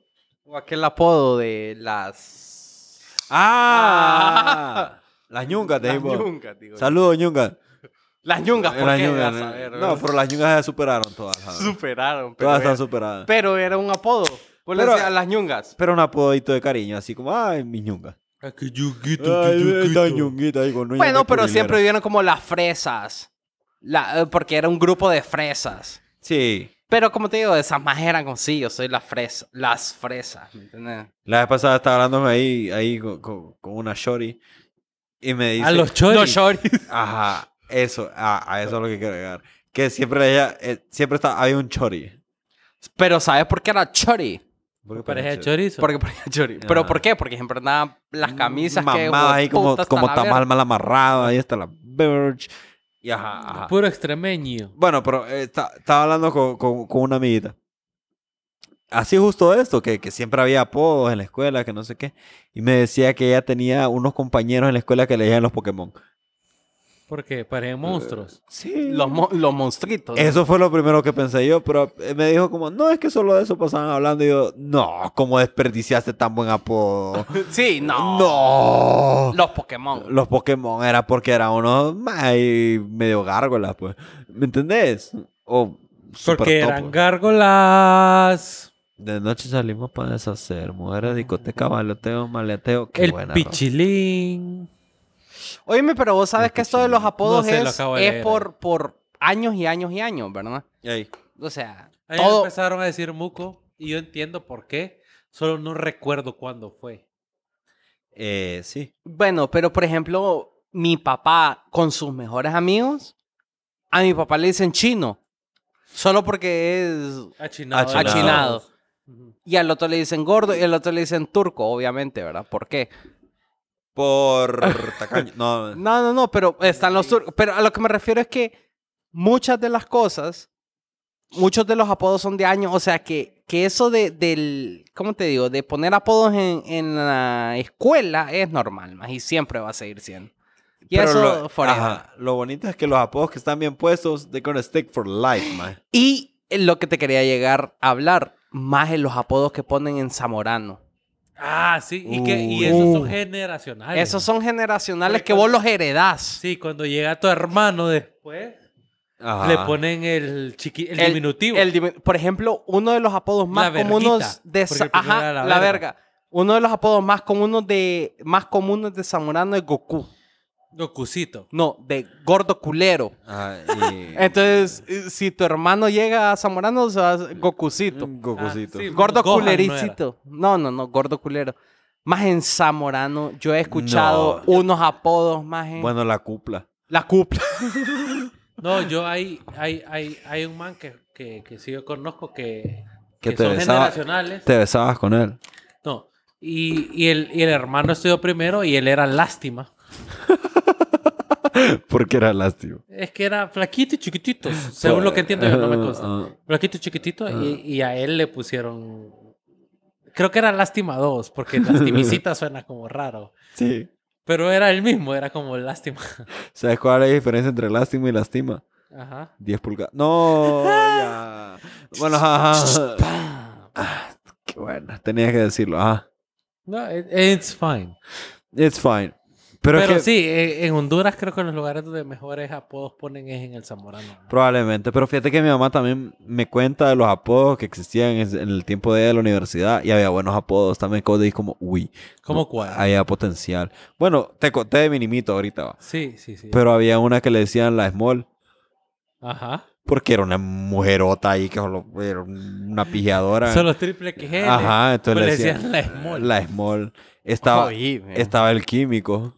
Speaker 1: O aquel apodo de las.
Speaker 2: ¡Ah! Las ñungas, te
Speaker 1: Las
Speaker 2: digo.
Speaker 1: ñungas, digo. yo.
Speaker 2: Saludos, ñungas.
Speaker 1: Las ñungas, ¿por
Speaker 2: Las
Speaker 1: qué?
Speaker 2: ñungas, eh.
Speaker 1: A saber,
Speaker 2: no,
Speaker 1: ¿verdad?
Speaker 2: pero las ñungas ya superaron todas. ¿sabes?
Speaker 1: superaron. Pero,
Speaker 2: todas
Speaker 1: era,
Speaker 2: están superadas.
Speaker 1: pero era un apodo. Vos le
Speaker 2: Pero-
Speaker 1: decías las ñungas.
Speaker 2: Pero un apodito de cariño, así como, ay, mi ñunga.
Speaker 3: Ay, qué yuguito,
Speaker 2: Ay,
Speaker 3: yuguito.
Speaker 2: esta ñunguita, ahí con uñas de
Speaker 1: Bueno, pero
Speaker 2: curilera.
Speaker 1: siempre vivieron como las fresas. La- eh, porque era un grupo de fresas.
Speaker 2: Sí.
Speaker 1: Pero como te digo, esas más eran con sí, yo soy las fresas. Las fresas, ¿me entiendes?
Speaker 2: La vez pasada estaba hablando ahí, ahí con, con- con una shorty y me dice...
Speaker 3: A los choris.
Speaker 1: Los shorties.
Speaker 2: Ajá, eso, ah, a, a eso es lo que quiero llegar. Que siempre ella, eh, siempre está, hay un chori.
Speaker 1: Pero ¿sabes por qué era chori?
Speaker 2: ¿Por qué
Speaker 3: Pareja de
Speaker 2: parece?
Speaker 3: chorizo.
Speaker 1: Porque, porque chori. ¿Pero
Speaker 2: Ajá.
Speaker 1: por qué? Porque siempre andaban las camisas que...
Speaker 2: Mm, Mamá, ahí como,
Speaker 1: hueputa, hasta
Speaker 2: como
Speaker 1: la
Speaker 2: tamal
Speaker 1: verga.
Speaker 2: mal amarrado, ahí está la verge. Y ajá, ajá.
Speaker 1: pues
Speaker 3: Puro extremeño.
Speaker 2: Bueno, pero eh, está- estaba hablando con, con- con una amiguita. Así justo esto, que, que siempre había apodos en la escuela, que no sé qué. Y me decía que ella tenía unos compañeros en la escuela que le decían los Pokémon.
Speaker 3: Porque parecen monstruos.
Speaker 2: Sí.
Speaker 1: Los, mo- los monstruitos.
Speaker 2: Eso fue lo primero que pensé yo, pero eh, me dijo como, no, es que solo de eso pasaban hablando. Y yo, no, ¿cómo desperdiciaste tan buen apodo?
Speaker 1: Sí, no.
Speaker 2: No.
Speaker 1: Los Pokémon.
Speaker 2: Los Pokémon era porque era uno más ahí medio gárgolas, pues. ¿Me entendés? O super
Speaker 3: Porque
Speaker 2: topo.
Speaker 3: eran gárgolas.
Speaker 2: De noche salimos para deshacer. Mujeres, discoteca, baloteo, maleteo. Qué
Speaker 3: El
Speaker 2: buena rola.
Speaker 3: pichilín.
Speaker 1: Oíme, pero vos sabes que esto de los apodos
Speaker 3: No sé, lo
Speaker 1: es,
Speaker 3: acabo de
Speaker 1: es
Speaker 3: leer.
Speaker 1: por, por años y años y años, ¿verdad?
Speaker 2: Ey.
Speaker 1: O sea,
Speaker 3: A mí me
Speaker 1: todo...
Speaker 3: empezaron a decir muco y yo entiendo por qué. Solo no recuerdo cuándo fue.
Speaker 2: Eh, sí.
Speaker 1: Bueno, pero por ejemplo, mi papá con sus mejores amigos, a mi papá le dicen chino. Solo porque es...
Speaker 3: Achinado.
Speaker 2: Achinado.
Speaker 1: Achinado.
Speaker 3: Ujú.
Speaker 1: Y al otro le dicen gordo y al otro le dicen turco, obviamente, ¿verdad? ¿Por qué?
Speaker 2: Por tacaño. No.
Speaker 1: No, no, no, pero están los turcos. Pero a lo que me refiero es que muchas de las cosas, muchos de los apodos son de años. O sea, que, que eso de, del, ¿cómo te digo? De poner apodos en, en la escuela es normal, más y siempre va a seguir siendo. Y
Speaker 2: Pero
Speaker 1: eso,
Speaker 2: lo,
Speaker 1: forever.
Speaker 2: ajá, lo bonito es que los apodos que están bien puestos, they're gonna stick for life, man.
Speaker 1: Y lo que te quería llegar a hablar, más en los apodos que ponen en Zamorano.
Speaker 3: Ah, sí. Y, que, y
Speaker 2: Uh.
Speaker 3: esos
Speaker 1: Uh.
Speaker 3: son generacionales.
Speaker 1: Esos son generacionales
Speaker 3: Porque
Speaker 1: que vos los heredás.
Speaker 3: Sí, cuando llega tu hermano después.
Speaker 2: Ajá.
Speaker 3: Le ponen el, chiqui- el,
Speaker 1: El-
Speaker 3: diminutivo.
Speaker 1: El dimin- por ejemplo, uno de los apodos más
Speaker 3: La
Speaker 1: comunes
Speaker 3: verguita,
Speaker 1: de
Speaker 3: porque
Speaker 1: sa-
Speaker 3: el primero
Speaker 1: ajá,
Speaker 3: era
Speaker 1: la,
Speaker 3: la
Speaker 1: verga.
Speaker 3: verga.
Speaker 1: Uno de los apodos más comunes de más comunes de Zamorano es Goku.
Speaker 3: Gokucito.
Speaker 1: No, de gordo culero.
Speaker 2: Ajá, y-
Speaker 1: Entonces, eh, si tu hermano llega a Zamorano, se va a Gokucito.
Speaker 2: Un Gokucito.
Speaker 3: Ah, sí.
Speaker 1: Gordo
Speaker 3: Gohan no era.
Speaker 1: culericito. No, no, no, gordo culero. Más en Zamorano, yo he escuchado
Speaker 2: No.
Speaker 1: unos apodos más en
Speaker 2: Bueno, la cupla.
Speaker 1: la cupla.
Speaker 3: No, yo hay, hay, hay, hay un man que, que, que sí yo conozco que,
Speaker 2: Que
Speaker 3: que,
Speaker 2: te
Speaker 3: son
Speaker 2: besaba-
Speaker 3: generacionales.
Speaker 2: Te besabas con él.
Speaker 3: No. Y, y el, y el hermano estudió primero y él era lástima.
Speaker 2: Porque era lástimo.
Speaker 3: Es que era flaquito y chiquitito. Según lo que entiendo, yo no me consta.
Speaker 2: Ah,
Speaker 3: Flaquito y chiquitito y, y a él le pusieron... Creo que era lástima 2, porque lastimicita suena como raro.
Speaker 2: Sí.
Speaker 3: Pero era el mismo, era como lástima.
Speaker 2: ¿Sabes cuál es la diferencia entre lástimo y lastima?
Speaker 3: Ajá.
Speaker 2: 10 pulgadas. No, ya. Bueno, ajá, ajá.
Speaker 3: Pam.
Speaker 2: Qué bueno, tenía que decirlo. Ajá.
Speaker 3: No, it- it's fine.
Speaker 2: It's fine. Pero,
Speaker 3: Pero,
Speaker 2: es que
Speaker 3: sí, eh, en Honduras creo que los lugares donde mejores apodos ponen es en el Zamorano.
Speaker 2: probablemente. Pero fíjate que mi mamá también me cuenta de los apodos que existían en en el tiempo de ella en la universidad y había buenos apodos también. Como de como, uy,
Speaker 3: ¿Cómo cuál?
Speaker 2: había potencial. Bueno, te conté de mi nimito ahorita, va.
Speaker 3: Sí, sí, sí.
Speaker 2: Pero había una que le decían la small.
Speaker 3: Ajá.
Speaker 2: Porque era una mujerota ahí que solo- era una pijeadora.
Speaker 3: Son los triple que
Speaker 2: Ah. Ajá, entonces le
Speaker 3: le
Speaker 2: decían,
Speaker 3: decían la small.
Speaker 2: la small. Estaba, estaba el químico.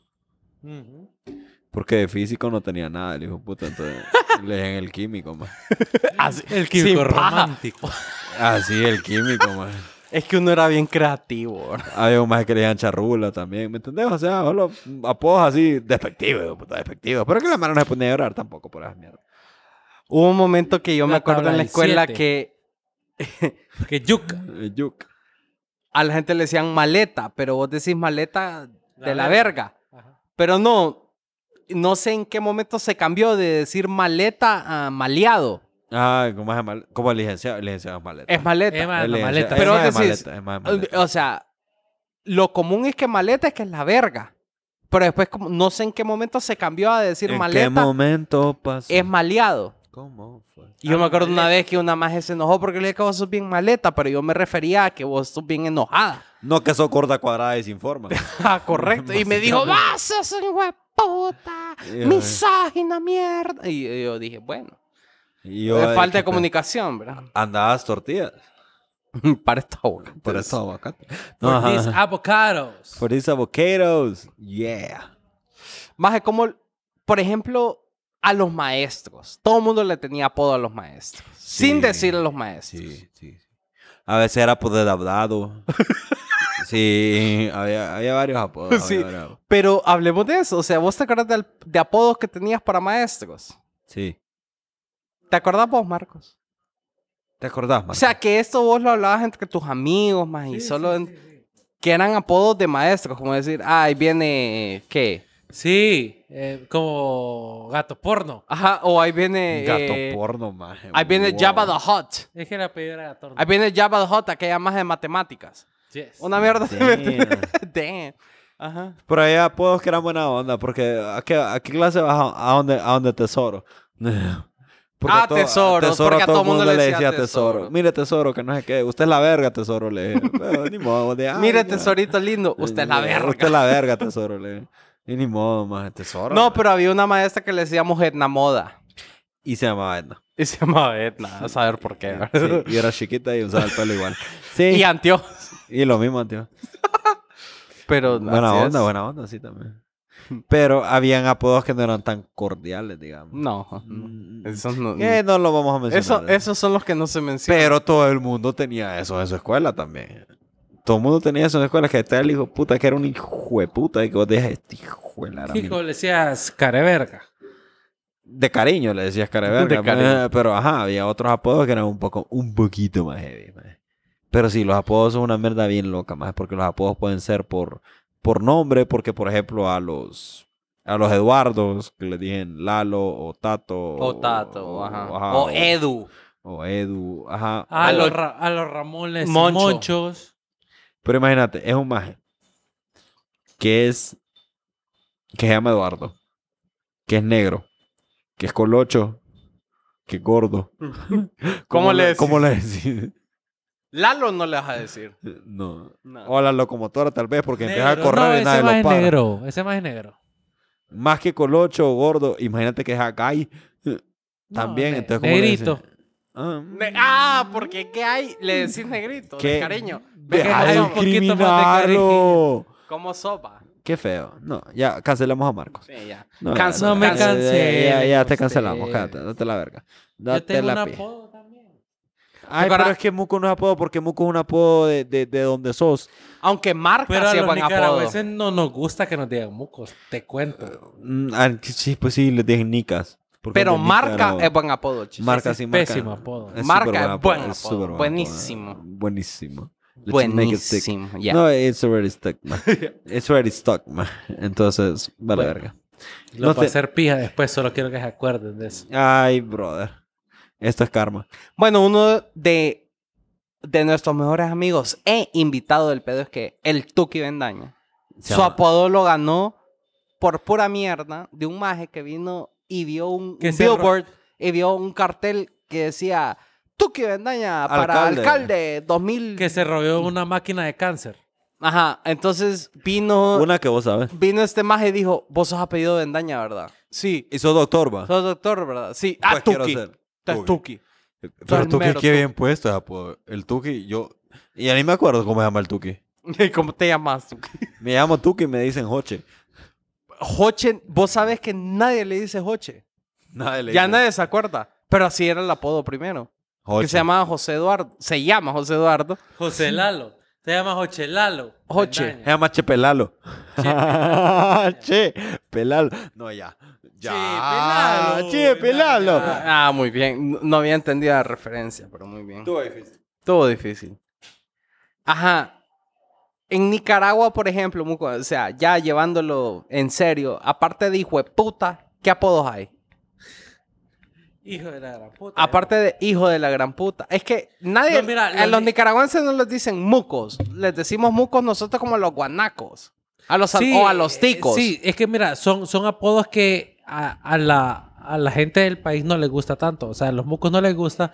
Speaker 3: Ujú.
Speaker 2: Porque de físico no tenía nada, el hijo de puta. Entonces le decían el químico, más.
Speaker 3: El químico romántico.
Speaker 2: Así, Ah, el químico, más.
Speaker 1: Es que uno era bien creativo.
Speaker 2: Había un más que le decían charrula también, ¿me entendés? O sea, solo apodos así despectivos, hijo de puta, despectivos. Pero que la mano no se ponía a llorar tampoco por esas mierdas.
Speaker 1: Hubo un momento que yo me
Speaker 3: La
Speaker 1: acuerdo
Speaker 3: tabla
Speaker 1: en la
Speaker 3: del
Speaker 1: escuela
Speaker 3: siete.
Speaker 1: que
Speaker 3: Porque yuca.
Speaker 2: Eh, Yuk.
Speaker 1: a la gente le decían maleta, pero vos decís maleta de la,
Speaker 3: La
Speaker 1: verga.
Speaker 3: verga. Ajá.
Speaker 1: Pero no, no sé en qué momento se cambió de decir maleta a maleado.
Speaker 2: Ah, como es mal, como el licenciado, el licenciado es maleta.
Speaker 1: Es maleta.
Speaker 3: Es ma-
Speaker 2: El
Speaker 3: la
Speaker 2: licenciado-
Speaker 3: maleta.
Speaker 2: es
Speaker 1: Pero
Speaker 2: más de
Speaker 1: decís-
Speaker 2: maleta, es más de maleta.
Speaker 1: o sea, lo común es que maleta es que es la verga. Pero después como- no sé en qué momento se cambió a decir
Speaker 2: ¿En qué
Speaker 1: maleta
Speaker 2: momento pasó?
Speaker 1: es maleado.
Speaker 2: ¿Cómo fue?
Speaker 1: Y yo
Speaker 3: Ah,
Speaker 1: me acuerdo una
Speaker 3: maleta.
Speaker 1: vez que una maje se enojó porque le dije que vos sos bien maleta, pero yo me refería a que vos sos bien enojada.
Speaker 2: No, que sos gorda, cuadrada y sin forma.
Speaker 1: Ah, correcto. Y me dijo,
Speaker 2: Básicamente.
Speaker 1: vas, sos un hijo de puta,
Speaker 2: Ya.
Speaker 1: misógina, mierda. Y yo dije, bueno,
Speaker 2: Y
Speaker 1: eh,
Speaker 2: yo,
Speaker 1: falta de
Speaker 2: ay, qué
Speaker 1: comunicación, ¿verdad?
Speaker 2: pe- Andabas tortillas.
Speaker 1: Para esta pues. boca.
Speaker 2: Por eso aguacate. No,
Speaker 3: Por these
Speaker 2: ajá.
Speaker 3: avocados.
Speaker 2: For these avocados. Yeah.
Speaker 1: Más de como, por ejemplo, a los maestros. Todo el mundo le tenía apodo a los maestros. Sin decirle a los maestros.
Speaker 2: Sí, sí. sí. A veces era por dedaudado. sí, había, había varios apodos. había
Speaker 1: Sí.
Speaker 2: varios.
Speaker 1: Pero hablemos de eso. O sea, ¿vos te acordás de, de apodos que tenías para maestros?
Speaker 2: Sí.
Speaker 1: ¿Te acordás vos, Marcos?
Speaker 2: ¿Te acordás, Marco?
Speaker 1: O sea, que esto vos lo hablabas entre tus amigos, más y
Speaker 3: Sí,
Speaker 1: solo...
Speaker 3: sí,
Speaker 1: en-
Speaker 3: sí, sí.
Speaker 1: Que eran apodos de maestros, como decir, ay, viene, ¿qué?
Speaker 3: Sí, eh, como gato porno.
Speaker 1: Ajá, o ahí viene...
Speaker 2: Gato
Speaker 1: eh,
Speaker 2: porno, maje.
Speaker 1: Ahí viene
Speaker 2: Wow.
Speaker 1: Jabba the Hot.
Speaker 3: Es que la apellido era gato porno.
Speaker 1: Ahí viene Jabba the Hot, aquella más de matemáticas.
Speaker 3: Yes.
Speaker 1: Una mierda.
Speaker 2: Damn.
Speaker 1: Damn. Ajá.
Speaker 2: Pero había apodos que eran buena onda, porque ¿a qué, a qué clase vas? ¿A, a dónde, a dónde tesoro? Porque
Speaker 1: Ah,
Speaker 2: to-
Speaker 1: tesoro, porque a todo mundo le decía tesoro.
Speaker 2: Mire, tesoro, que no sé qué. Usted es la verga, tesoro, le dije. Pero ni modo, de, "Ay,
Speaker 1: Mire,
Speaker 2: ya".
Speaker 1: tesorito este lindo, usted es la
Speaker 2: Eh,
Speaker 1: verga.
Speaker 2: Usted es la verga, tesoro, le dije. Y ni modo, más tesoro.
Speaker 1: No,
Speaker 2: man.
Speaker 1: pero había una maestra que le decíamos Edna Moda.
Speaker 2: Y se llamaba Edna.
Speaker 1: Y se llamaba Edna, a saber por qué.
Speaker 2: Sí, y era chiquita y usaba el pelo igual.
Speaker 1: Y
Speaker 2: Sí.
Speaker 1: Antio.
Speaker 2: Y, lo mismo, tío.
Speaker 1: Pero
Speaker 2: Buena
Speaker 1: así
Speaker 2: onda,
Speaker 1: es.
Speaker 2: buena onda, sí, también. Pero habían apodos que no eran tan cordiales, digamos.
Speaker 1: No,
Speaker 2: Mm.
Speaker 1: no. Esos, no-
Speaker 2: Eh, no lo vamos a mencionar.
Speaker 1: Eso- esos son los que no se mencionan.
Speaker 2: Pero todo el mundo tenía eso en su escuela también. Todo el mundo tenía eso en su escuela. Que está el hijo de puta, que era un hijo de puta. Y que vos decías, este hijo de la gran
Speaker 3: Chico,
Speaker 2: mil-".
Speaker 3: le decías careverga.
Speaker 2: De cariño le decías careverga.
Speaker 1: De cariño.
Speaker 2: eh, Pero ajá, había otros apodos que eran un poco, un poquito más heavy. más. Pero sí, los apodos son una mierda bien loca más. Porque los apodos pueden ser por, por nombre. Porque, por ejemplo, a los... A los Eduardos, que le dicen Lalo o Tato.
Speaker 1: O Tato, ajá.
Speaker 2: ajá,
Speaker 1: O Edu.
Speaker 2: o Edu, ajá.
Speaker 3: A,
Speaker 1: A
Speaker 3: los,
Speaker 1: los-
Speaker 3: Ra- a los Ramones y
Speaker 1: Moncho.
Speaker 3: Monchos.
Speaker 2: Pero imagínate, es un maje que es. que se llama Eduardo, que es negro, que es colocho, Qué gordo.
Speaker 1: ¿Cómo le
Speaker 2: ¿Cómo le decís?
Speaker 1: Lalo no le vas a decir.
Speaker 2: No.
Speaker 1: No.
Speaker 2: O a la locomotora tal vez, porque empieza a
Speaker 1: Negro.
Speaker 2: correr y
Speaker 3: ese
Speaker 2: nadie
Speaker 3: más
Speaker 2: lo
Speaker 3: es
Speaker 2: para.
Speaker 3: negro. Ese más es negro.
Speaker 2: Más que colocho o gordo, imagínate que es Hakai
Speaker 3: No,
Speaker 2: también.
Speaker 3: ne-
Speaker 2: entonces, ¿cómo le decís?
Speaker 3: Negrito.
Speaker 2: Ah,
Speaker 1: Ne- ah, porque ¿qué hay? Le decís negrito, de
Speaker 2: ¿Qué?
Speaker 1: cariño.
Speaker 2: Deja
Speaker 3: Venga,
Speaker 2: de
Speaker 3: un poquito más de
Speaker 2: incriminarlo.
Speaker 1: Como sopa.
Speaker 2: Qué feo. No, ya cancelamos a Marcos.
Speaker 1: Sí, ya.
Speaker 2: No,
Speaker 1: Cansa-
Speaker 2: ya,
Speaker 1: no me
Speaker 2: ya, ya,
Speaker 3: cancelen
Speaker 2: Ya, ya te
Speaker 3: ustedes.
Speaker 2: cancelamos. Cállate, date la verga.
Speaker 3: Yo
Speaker 2: Date
Speaker 3: tengo un
Speaker 2: la pi-
Speaker 3: apodo también.
Speaker 2: Ay,
Speaker 1: Recuerda-
Speaker 2: pero es que Muco no es apodo porque Muco es un apodo de, de, de donde sos.
Speaker 1: Aunque marca
Speaker 3: Pero a
Speaker 1: sí es
Speaker 3: los
Speaker 1: buen apodo.
Speaker 3: nicaragüenses no nos gusta que nos digan mucos. Te cuento.
Speaker 2: Mm, ah, sí, pues sí, les dije nicas. porque
Speaker 1: Pero
Speaker 2: de
Speaker 1: marca
Speaker 2: Nicaragua.
Speaker 1: es buen apodo, chis.
Speaker 2: Marca
Speaker 3: Ese es
Speaker 2: sí, marca.
Speaker 3: pésimo apodo.
Speaker 1: Marca
Speaker 2: súper
Speaker 1: es
Speaker 2: buen
Speaker 1: buen
Speaker 2: apodo,
Speaker 1: apodo,
Speaker 2: súper buen
Speaker 1: buenísimo.
Speaker 2: apodo, Buenísimo. Let's make it stick.
Speaker 1: Buenísimo. ya.
Speaker 2: No, it's already stuck, man. It's already stuck, man. Entonces, vale
Speaker 1: Bueno.
Speaker 2: verga.
Speaker 3: Lo
Speaker 2: No
Speaker 3: va a
Speaker 2: te-
Speaker 3: hacer pija después, solo quiero que se acuerden de eso.
Speaker 2: Ay, brother. Esto es karma.
Speaker 1: Bueno, uno de, de nuestros mejores amigos e invitado del pedo es que el Tuki Bendaña.
Speaker 2: Se
Speaker 1: Su
Speaker 2: llama-
Speaker 1: apodo lo ganó por pura mierda de un maje que vino y vio un,
Speaker 3: Que
Speaker 1: un
Speaker 3: se ro-
Speaker 1: billboard y vio un cartel que decía Tuki Bendaña para
Speaker 2: Alcalde.
Speaker 1: alcalde 2000.
Speaker 3: Que se robó una máquina de cáncer.
Speaker 1: Ajá, entonces vino,
Speaker 2: Una que vos sabes.
Speaker 1: vino este maje y dijo, vos sos apellido Bendaña, ¿verdad? Sí.
Speaker 2: Y sos doctor, va.
Speaker 1: Sos doctor, ¿verdad? Sí.
Speaker 2: Pues
Speaker 1: ah,
Speaker 2: quiero
Speaker 1: Tuki.
Speaker 2: ser.
Speaker 1: Estás Tuki.
Speaker 4: Pero
Speaker 1: Son
Speaker 4: Tuki,
Speaker 1: mero
Speaker 4: qué
Speaker 1: Tuki.
Speaker 4: bien puesto, apodo. El Tuki, yo. Y a mí me acuerdo cómo se llama el Tuki.
Speaker 1: ¿Y ¿Cómo te llamas, Tuki?
Speaker 2: Me llamo Tuki y me dicen Joche.
Speaker 1: Joche, vos sabés que nadie le dice Joche.
Speaker 4: Nadie le
Speaker 1: Ya
Speaker 4: dice.
Speaker 1: nadie se acuerda. Pero así era el apodo primero.
Speaker 4: Joche.
Speaker 1: Que se llamaba José Eduardo. Se llama José Eduardo.
Speaker 3: José Lalo. Te llamas José Lalo.
Speaker 1: Joche.
Speaker 2: Se
Speaker 3: Bendaña.
Speaker 2: llama Che Pelalo. Che, Pelalo.
Speaker 4: No, ya.
Speaker 3: Ya,
Speaker 4: Ya.
Speaker 2: Che, pelalo.
Speaker 1: Ah, ah, muy bien. No- No había entendido la referencia, pero muy bien. Todo difícil. Ajá. En Nicaragua, por ejemplo, Muco, o sea, ya llevándolo en serio, aparte de hijo de puta, ¿qué apodos hay?
Speaker 3: Hijo de la gran puta.
Speaker 1: Aparte de hijo de la gran puta. Es que nadie.
Speaker 3: No, mira,
Speaker 1: a
Speaker 3: los
Speaker 1: los
Speaker 3: ni-
Speaker 1: nicaragüenses no les dicen mucos. Les decimos mucos nosotros como los guanacos. A los,
Speaker 3: Sí,
Speaker 1: o a los
Speaker 3: eh,
Speaker 1: ticos.
Speaker 3: Sí, es que mira, son, son apodos que a, a la, a la gente del país no les gusta tanto. O sea, a los mucos no les gusta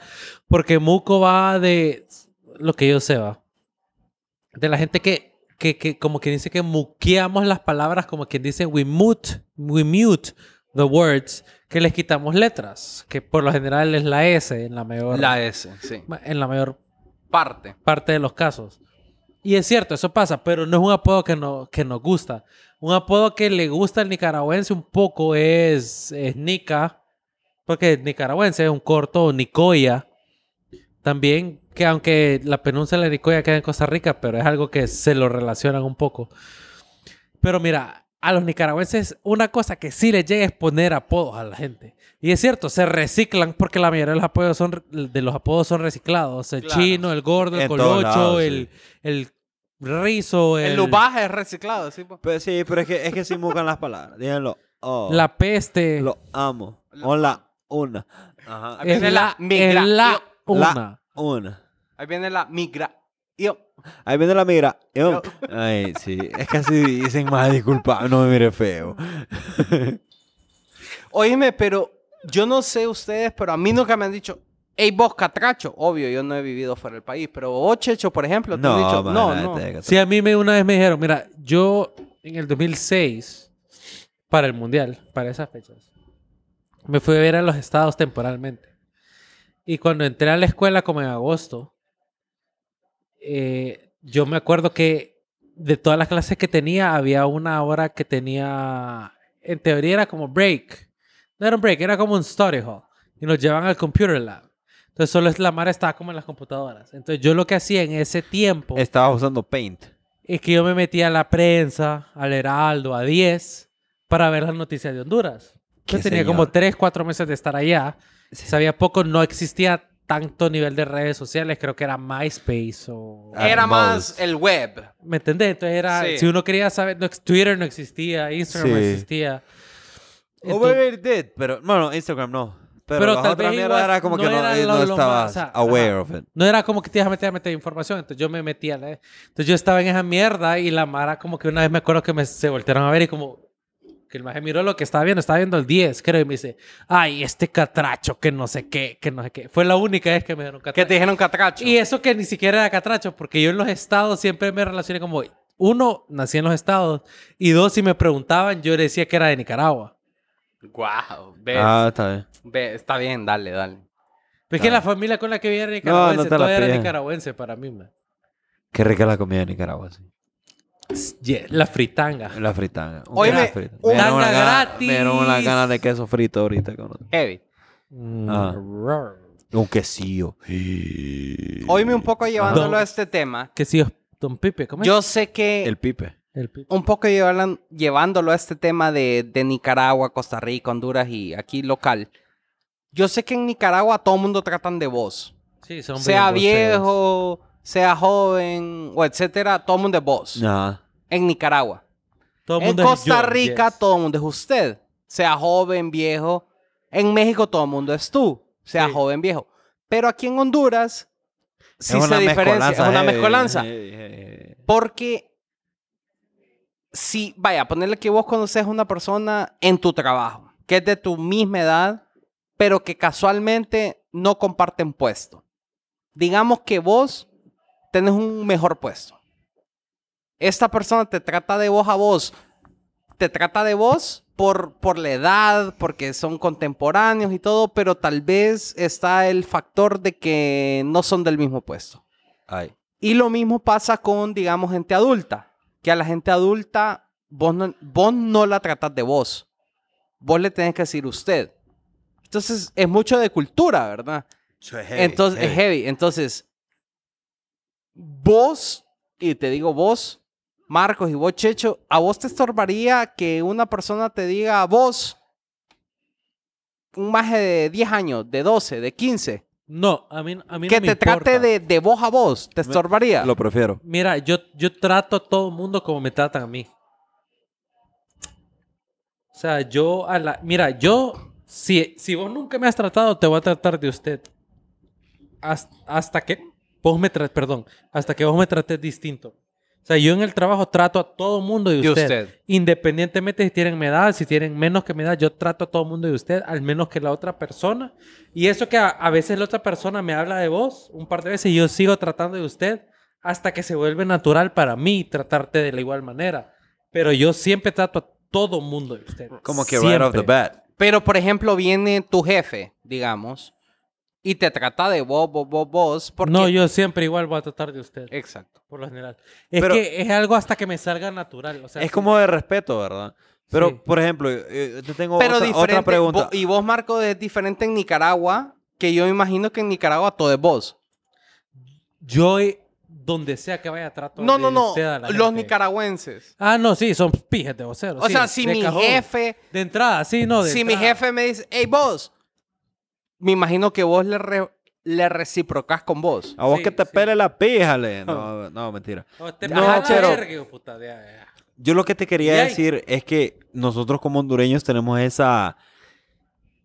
Speaker 3: porque muco va de lo que yo sé, va. De la gente que, que, que como que dice que muqueamos las palabras, como quien dice we mute, we mute the words, que les quitamos letras, que por lo general es la S en la mayor,
Speaker 1: La S, sí.
Speaker 3: en la mayor
Speaker 1: Parte.
Speaker 3: parte de los casos. Y es cierto, eso pasa, pero no es un apodo que, no, que nos gusta. Un apodo que le gusta al nicaragüense un poco es, es Nica, porque el nicaragüense es un corto, o Nicoya. También, que aunque la península de Nicoya queda en Costa Rica, pero es algo que se lo relacionan un poco. Pero mira, a los nicaragüenses una cosa que sí les llega es poner apodos a la gente. Y es cierto, se reciclan porque la mayoría de los apodos son, de los apodos son reciclados. El
Speaker 1: Claro.
Speaker 3: chino, el gordo, el
Speaker 2: En todos
Speaker 3: colocho,
Speaker 2: lados, sí.
Speaker 3: el, el rizo, el,
Speaker 1: El lubaje es reciclado, sí. po.
Speaker 2: Pues sí, pero es que, es que sí buscan las palabras. Díganlo. Oh,
Speaker 3: la peste,
Speaker 2: Lo amo.
Speaker 1: La- Eh.
Speaker 2: Hola, una. Ajá.
Speaker 1: Ahí viene
Speaker 3: el la,
Speaker 1: la migra-
Speaker 3: el la
Speaker 2: yo-
Speaker 3: una.
Speaker 2: la- Una.
Speaker 1: Ahí viene la migra. Yo.
Speaker 2: Ahí viene la migra.
Speaker 1: Yo.
Speaker 2: Ay, sí. Es que así dicen más, disculpa, no me mire feo.
Speaker 1: Oíme, pero yo no sé ustedes, pero a mí nunca me han dicho, hey, vos catracho. Obvio, yo no he vivido fuera del país, pero vos, Checho, por ejemplo, te han dicho,
Speaker 2: man,
Speaker 1: no,
Speaker 2: la
Speaker 1: no.
Speaker 2: neta,
Speaker 3: Sí, a mí me, una vez me dijeron, mira, yo en el 2006, para el Mundial, para esas fechas, me fui a ver a los estados temporalmente. Y cuando entré a la escuela, como en agosto, eh, yo me acuerdo que de todas las clases que tenía, había una hora que tenía, en teoría era como break. No era un break, era como un study hall. Y nos llevan al computer lab. Entonces solo es- la mara estaba como en las computadoras. Entonces yo lo que hacía en ese tiempo...
Speaker 2: Estaba usando Paint.
Speaker 3: Es que yo me metía a la prensa, al Heraldo, a 10, para ver las noticias de Honduras. Yo
Speaker 2: Qué
Speaker 3: tenía
Speaker 2: señor.
Speaker 3: como 3, 4 meses de estar allá. Sabía poco, no existía tanto nivel de redes sociales, creo que era MySpace o...
Speaker 2: Ah.
Speaker 1: Era más
Speaker 2: Mouse.
Speaker 1: el web.
Speaker 3: ¿Me entendés? Entonces era,
Speaker 1: Sí.
Speaker 3: si uno quería saber, no, ex- Twitter no existía, Instagram no
Speaker 2: Sí.
Speaker 3: existía.
Speaker 2: O
Speaker 3: Entonces-
Speaker 2: Whatever it did, pero bueno, Instagram no. Pero,
Speaker 3: Pero
Speaker 2: la
Speaker 3: tal
Speaker 2: otra
Speaker 3: vez
Speaker 2: mierda
Speaker 3: igual
Speaker 2: era como que
Speaker 3: no
Speaker 2: no,
Speaker 3: era
Speaker 2: eh,
Speaker 3: lo-
Speaker 2: no
Speaker 3: lo
Speaker 2: estabas
Speaker 3: más, o sea,
Speaker 2: aware
Speaker 3: ajá.
Speaker 2: of it.
Speaker 3: No era como que te ibas a meter a meter información, entonces yo me metía. ¿eh? Entonces yo estaba en esa mierda y la Mara como que una vez me acuerdo que me se voltearon a ver y como, ¿qué Que el maje miró lo que estaba viendo, estaba viendo el 10, creo, y me dice, ay, este catracho, que no sé qué, que no sé qué. Fue la única vez que me dieron catracho.
Speaker 1: ¿Qué te dijeron catracho?
Speaker 3: Y eso que ni siquiera era catracho, porque yo en los estados siempre me relacioné como, uno, nací en los estados, y dos, si me preguntaban, yo decía que era de Nicaragua.
Speaker 1: Guau, ves,
Speaker 2: Ah, está bien.
Speaker 1: ve- está bien, dale, dale.
Speaker 3: Es que la familia con la que vivía era
Speaker 2: No,
Speaker 3: nicaragüense,
Speaker 2: no te la
Speaker 3: todavía era
Speaker 2: pillan.
Speaker 3: nicaragüense para mí, man.
Speaker 2: Qué rica la comida de Nicaragua, sí.
Speaker 3: Yeah, la fritanga.
Speaker 2: La fritanga. Un
Speaker 1: Oye,
Speaker 2: queso
Speaker 1: me-
Speaker 2: frito.
Speaker 1: un-
Speaker 2: Me dieron una
Speaker 3: Tanga
Speaker 2: gana-
Speaker 3: gratis.
Speaker 2: Me dieron una gana de queso frito ahorita. cabrón.
Speaker 1: Heavy.
Speaker 3: Mm,
Speaker 2: Ah.
Speaker 3: rar.
Speaker 2: Un quesillo.
Speaker 1: Oíme un poco llevándolo
Speaker 3: Don-
Speaker 1: a este tema.
Speaker 3: Que sí, Don Pipe, ¿cómo es?
Speaker 1: Yo sé que
Speaker 2: El pipe.
Speaker 3: El Pipe.
Speaker 1: un poco llevarlan- llevándolo a este tema de, de Nicaragua, Costa Rica, Honduras y aquí local. Yo sé que en Nicaragua todo el mundo tratan de vos.
Speaker 3: Sí, son
Speaker 1: sea
Speaker 3: bien groseros.
Speaker 1: viejo, sea joven, o etcétera, todo el mundo es vos.
Speaker 2: Ajá.
Speaker 1: En Nicaragua.
Speaker 3: Todo el
Speaker 1: En
Speaker 3: mundo es
Speaker 1: Costa
Speaker 3: yo,
Speaker 1: Rica
Speaker 3: yes.
Speaker 1: todo el mundo es usted. Sea joven, viejo. En México todo el mundo es tú. Sea
Speaker 3: Sí.
Speaker 1: joven, viejo. Pero aquí en Honduras sí
Speaker 2: Es una
Speaker 1: se diferencia. Es
Speaker 2: mezcolanza
Speaker 1: una
Speaker 2: eh,
Speaker 3: eh,
Speaker 2: heavy,
Speaker 1: mezcolanza.
Speaker 2: heavy, heavy.
Speaker 1: Porque si, vaya, ponerle que vos conoces a una persona en tu trabajo, que es de tu misma edad, pero que casualmente no comparten puesto. Digamos que vos tenés un mejor puesto. Esta persona te trata de vos a vos. Te trata de vos por, por la edad, porque son contemporáneos y todo, pero tal vez está el factor de que no son del mismo puesto.
Speaker 2: Ay.
Speaker 1: Y lo mismo pasa con, digamos, gente adulta. Que a la gente adulta, vos no, vos no la tratás de vos. Vos le tenés que decir usted. Entonces, es mucho de cultura, ¿verdad? Entonces, es heavy. Entonces, vos, y te digo vos, Marcos y vos, Checho, ¿a vos te estorbaría que una persona te diga vos, un maje de 10 años, de 12, de 15,
Speaker 3: No, a mí, a mí
Speaker 1: que
Speaker 3: no
Speaker 1: te
Speaker 3: me
Speaker 1: trate
Speaker 3: importa.
Speaker 1: de, de vos a vos? ¿Te estorbaría?
Speaker 2: Lo prefiero.
Speaker 3: Mira, yo, yo trato a todo el mundo como me tratan a mí. O sea, yo a la... Mira, yo... Si, si vos nunca me has tratado, te voy a tratar de usted. Hasta, hasta que vos me trates... Perdón. Hasta que vos me trates distinto. O sea, yo en el trabajo trato a todo el mundo de
Speaker 1: De
Speaker 3: usted.
Speaker 1: usted.
Speaker 3: Independientemente si tienen mi edad, si tienen menos que mi edad, yo trato a todo el mundo de usted, al menos que la otra persona. Y eso que a, a veces la otra persona me habla de vos un par de veces y yo sigo tratando de usted hasta que se vuelve natural para mí tratarte de la igual manera. Pero yo siempre trato a todo mundo de usted.
Speaker 2: Como que
Speaker 3: Siempre.
Speaker 2: right off the bat.
Speaker 1: Pero, por ejemplo, viene tu jefe, digamos, y te trata de vos, vos, vos, vos, porque...
Speaker 3: No, yo siempre igual voy a tratar de usted,
Speaker 1: Exacto.
Speaker 3: por lo general. Es
Speaker 2: Eh, Pero-
Speaker 3: que es algo hasta que me salga natural. o sea,
Speaker 2: Es como de respeto, ¿verdad? Pero,
Speaker 3: Sí.
Speaker 2: por ejemplo, eh, te tengo
Speaker 1: Pero
Speaker 2: otra, otra
Speaker 1: diferente...
Speaker 2: pregunta.
Speaker 1: vo- y vos, Marco, es diferente en Nicaragua, que yo imagino que en Nicaragua todo es vos.
Speaker 3: Yo, eh, donde sea que vaya, trato
Speaker 1: No,
Speaker 3: de
Speaker 1: no, no.
Speaker 3: usted a la
Speaker 1: Los
Speaker 3: gente.
Speaker 1: nicaragüenses.
Speaker 3: Ah, no, sí, son pijes de voceros.
Speaker 1: O
Speaker 3: sí,
Speaker 1: sea, si
Speaker 3: de
Speaker 1: mi
Speaker 3: cajón.
Speaker 1: jefe...
Speaker 3: De entrada, sí, no. De
Speaker 1: si mi
Speaker 3: entrada.
Speaker 1: jefe me dice, hey, vos, me imagino que vos le, re- le reciprocás con vos.
Speaker 2: A vos
Speaker 3: Sí,
Speaker 2: que te
Speaker 3: sí.
Speaker 2: pele la pija, le. No, no, mentira.
Speaker 3: O te
Speaker 2: No,
Speaker 3: pagan la
Speaker 2: pero-
Speaker 3: este verga, hijo puta, ya, ya.
Speaker 2: Yo lo que te quería
Speaker 3: Y ahí-
Speaker 2: decir es que nosotros como hondureños tenemos esa...